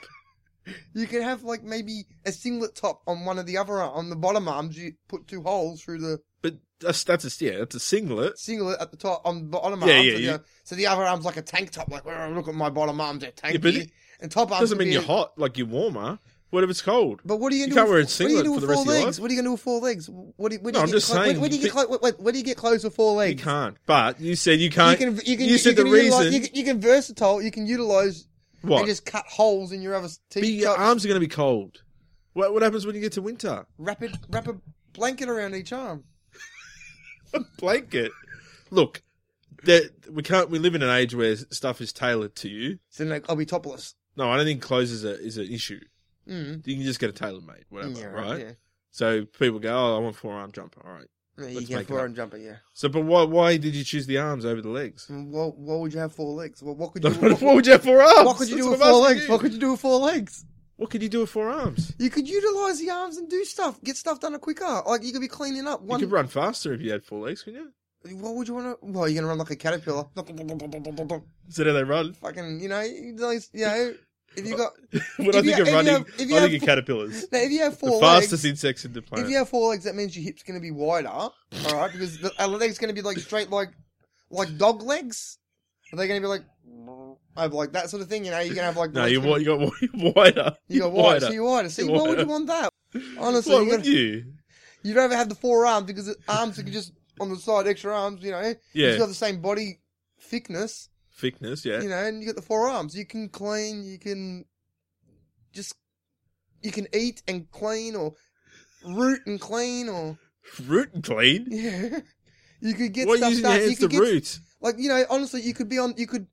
Speaker 6: You can have like maybe a singlet top on one of the other ar- on the bottom arms. You put two holes through the
Speaker 3: But that's that's a yeah, that's a singlet.
Speaker 6: singlet at the top on the bottom
Speaker 3: Yeah,
Speaker 6: arm.
Speaker 3: yeah,
Speaker 6: so, the-
Speaker 3: you-
Speaker 6: so the other arm's like a tank top. Like, "Oh, look at my bottom arms, they're
Speaker 3: Yeah,
Speaker 6: tanky.
Speaker 3: but it
Speaker 6: and top arms
Speaker 3: doesn't
Speaker 6: could
Speaker 3: mean
Speaker 6: be
Speaker 3: you're
Speaker 6: a-
Speaker 3: hot like you're warmer. What if it's cold?
Speaker 6: But what are you,
Speaker 3: You
Speaker 6: gonna
Speaker 3: can't
Speaker 6: do
Speaker 3: wear a
Speaker 6: with, what
Speaker 3: singlet
Speaker 6: are you
Speaker 3: for
Speaker 6: gonna do
Speaker 3: the rest
Speaker 6: with four
Speaker 3: of your
Speaker 6: legs?
Speaker 3: life?
Speaker 6: What are you gonna do with four legs? What do, where do
Speaker 3: No,
Speaker 6: you
Speaker 3: I'm
Speaker 6: get
Speaker 3: just
Speaker 6: clo- where-
Speaker 3: saying,
Speaker 6: Where, do you
Speaker 3: you
Speaker 6: get clo- where, where, where do you get clothes with four
Speaker 3: You
Speaker 6: legs?
Speaker 3: can't. But you said you can't.
Speaker 6: You can. You can.
Speaker 3: you said
Speaker 6: can
Speaker 3: the
Speaker 6: utilize,
Speaker 3: reason-
Speaker 6: You can, you can versatile. You can utilize
Speaker 3: what?
Speaker 6: and just cut holes in your other
Speaker 3: But
Speaker 6: t
Speaker 3: your
Speaker 6: shirts
Speaker 3: arms are going to be cold. What what happens when you get to winter?
Speaker 6: Wrap it. Wrap a blanket around each arm.
Speaker 3: A blanket. Look, that we can't. We live in an age where stuff is tailored to you.
Speaker 6: So then like, I'll be topless.
Speaker 3: No, I don't think clothes is a is an issue.
Speaker 6: Mm.
Speaker 3: You can just get a tailor made, whatever,
Speaker 6: Yeah,
Speaker 3: right?
Speaker 6: Yeah.
Speaker 3: So people go, "Oh, I want four arm jumper." All right.
Speaker 6: Yeah, you
Speaker 3: Let's
Speaker 6: can
Speaker 3: make it
Speaker 6: have four
Speaker 3: up.
Speaker 6: arm jumper. Yeah.
Speaker 3: So, but why why did you choose the arms over the legs?
Speaker 6: Why, why would you have four legs? What, what could you?
Speaker 3: what, would you have four arms?
Speaker 6: What could you
Speaker 3: That's
Speaker 6: do with
Speaker 3: I'm
Speaker 6: four
Speaker 3: asking
Speaker 6: legs?
Speaker 3: you.
Speaker 6: What could you do with four legs?
Speaker 3: What could you do with four arms?
Speaker 6: You could utilize the arms and do stuff, get stuff done quicker. Like you could be cleaning up. One,
Speaker 3: You could run faster if you had four legs, couldn't you?
Speaker 6: What would you want to? Well, you're gonna run like a caterpillar.
Speaker 3: Is that how they run?
Speaker 6: Fucking, you know, you know, it's- you know, if you got,
Speaker 3: when I
Speaker 6: If you-
Speaker 3: think
Speaker 6: if
Speaker 3: of
Speaker 6: you
Speaker 3: running,
Speaker 6: have- if you
Speaker 3: I
Speaker 6: have
Speaker 3: think of
Speaker 6: four-
Speaker 3: caterpillars.
Speaker 6: now, if you have
Speaker 3: The
Speaker 6: four
Speaker 3: fastest
Speaker 6: legs,
Speaker 3: insects in the planet.
Speaker 6: if you have four legs, that means your hips gonna be wider. All right, because the are the legs gonna be like straight, like like dog legs. Are they gonna be like, oh, like that sort of thing? You know, you're gonna have like
Speaker 3: no,
Speaker 6: legs
Speaker 3: you,
Speaker 6: gonna-
Speaker 3: wa- you got wa- you're wider.
Speaker 6: you got
Speaker 3: You're
Speaker 6: wider, so you're wider. See,
Speaker 3: You're
Speaker 6: why would
Speaker 3: wider.
Speaker 6: you want that? Honestly,
Speaker 3: Why
Speaker 6: you
Speaker 3: would
Speaker 6: gotta-
Speaker 3: you?
Speaker 6: You'd rather have the four arms because the arms you can just on the side, extra arms, you know. you
Speaker 3: Yeah.
Speaker 6: You got the same body thickness,
Speaker 3: Thickness, yeah.
Speaker 6: you know, and you got the four arms. You can clean, you can just you can eat and clean or root and clean or
Speaker 3: Root and clean.
Speaker 6: yeah. You could get
Speaker 3: Why are you
Speaker 6: stuff
Speaker 3: using
Speaker 6: done.
Speaker 3: your
Speaker 6: you
Speaker 3: hands to
Speaker 6: could get
Speaker 3: root?
Speaker 6: like you know, honestly, you could be on you could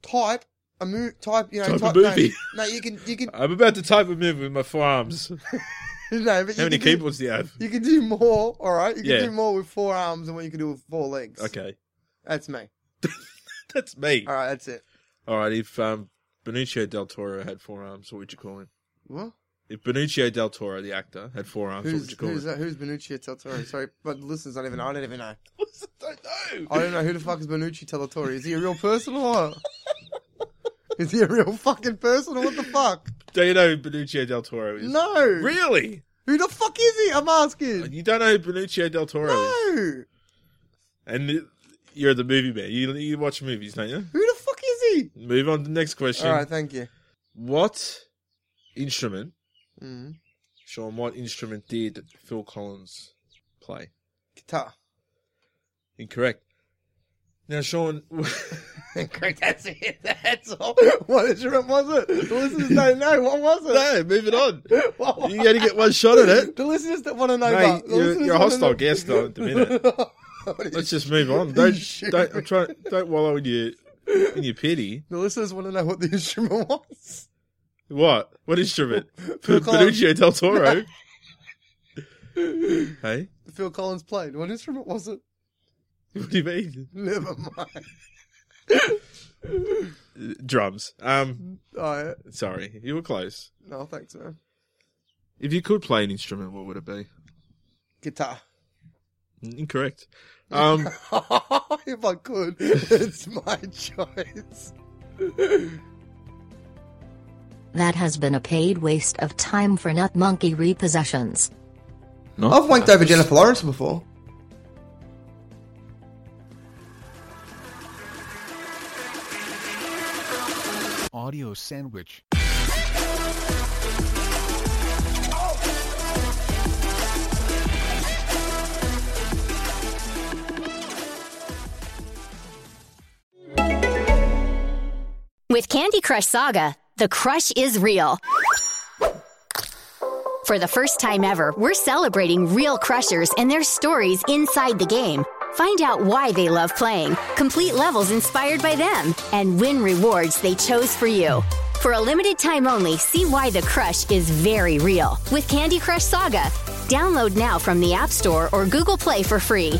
Speaker 6: type a move type, you know,
Speaker 3: Type a
Speaker 6: no,
Speaker 3: movie.
Speaker 6: No, you can you can
Speaker 3: I'm about to type a move with my forearms.
Speaker 6: no, but
Speaker 3: How
Speaker 6: you
Speaker 3: many
Speaker 6: can do-
Speaker 3: keyboards do you have?
Speaker 6: you can do more, all right? You can
Speaker 3: Yeah.
Speaker 6: do more with four arms than what you can do with four legs.
Speaker 3: Okay,
Speaker 6: That's me.
Speaker 3: that's me.
Speaker 6: All right, that's it.
Speaker 3: All right, if um, Benicio del Toro had four arms, what would you call him?
Speaker 6: What?
Speaker 3: If Benicio del Toro, the actor, had four arms, what would
Speaker 6: Who's
Speaker 3: you call
Speaker 6: who's
Speaker 3: him?
Speaker 6: that? Who's Benucci Telatore? Sorry, but the listeners don't even know. I don't even know.
Speaker 3: don't know.
Speaker 6: I don't know who the fuck is Benucci Telatore. Is he a real person or what? Is he a real fucking person or what the fuck?
Speaker 3: Do you know who Benicio del Toro is?
Speaker 6: No.
Speaker 3: Really?
Speaker 6: Who the fuck is he? I'm asking.
Speaker 3: You don't know who Benicio del Toro is?
Speaker 6: No.
Speaker 3: And th- you're the movie man. You you watch movies, don't you?
Speaker 6: Who the fuck is he?
Speaker 3: Move on to the next question.
Speaker 6: All right, thank you.
Speaker 3: What instrument,
Speaker 6: Mm.
Speaker 3: Sean? What instrument did Phil Collins play?
Speaker 6: Guitar.
Speaker 3: Incorrect. Now, Sean,
Speaker 6: Correct. That's it. That's all. What instrument was it? The listeners don't know. What was it?
Speaker 3: no, moving on.
Speaker 6: What was-
Speaker 3: You got to get one shot at it.
Speaker 6: The listeners that want to know.
Speaker 3: Mate,
Speaker 6: that. The
Speaker 3: you're-
Speaker 6: listeners
Speaker 3: you're a
Speaker 6: wanna
Speaker 3: hostile
Speaker 6: know-
Speaker 3: guest, though, at the minute.
Speaker 6: What is-
Speaker 3: Let's just move on. Don't
Speaker 6: Shit.
Speaker 3: don't I'm trying, don't wallow in your in your pity.
Speaker 6: The listeners want to know what the instrument was.
Speaker 3: What? What instrument?
Speaker 6: Phil Collins.
Speaker 3: Benuccio del Toro. hey,
Speaker 6: Phil Collins played. What instrument was it?
Speaker 3: what do you mean?
Speaker 6: Never mind.
Speaker 3: Drums. Um,
Speaker 6: Alright.
Speaker 3: sorry, you were close.
Speaker 6: No, thanks, man.
Speaker 3: If you could play an instrument, what would it be?
Speaker 6: Guitar.
Speaker 3: Incorrect. Um,
Speaker 6: if I could, it's my choice.
Speaker 4: That has been a paid waste of time for nut monkey repossessions.
Speaker 7: No?
Speaker 6: I've wanked over Jennifer Lawrence before.
Speaker 8: Audio sandwich.
Speaker 9: With Candy Crush Saga, the crush is real. For the first time ever, we're celebrating real crushers and their stories inside the game. Find out why they love playing, complete levels inspired by them, and win rewards they chose for you. For a limited time only, see why the crush is very real with Candy Crush Saga. Download now from the App Store or Google Play for free.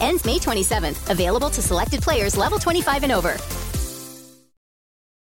Speaker 9: Ends May 27th. Available to selected players level 25 and over.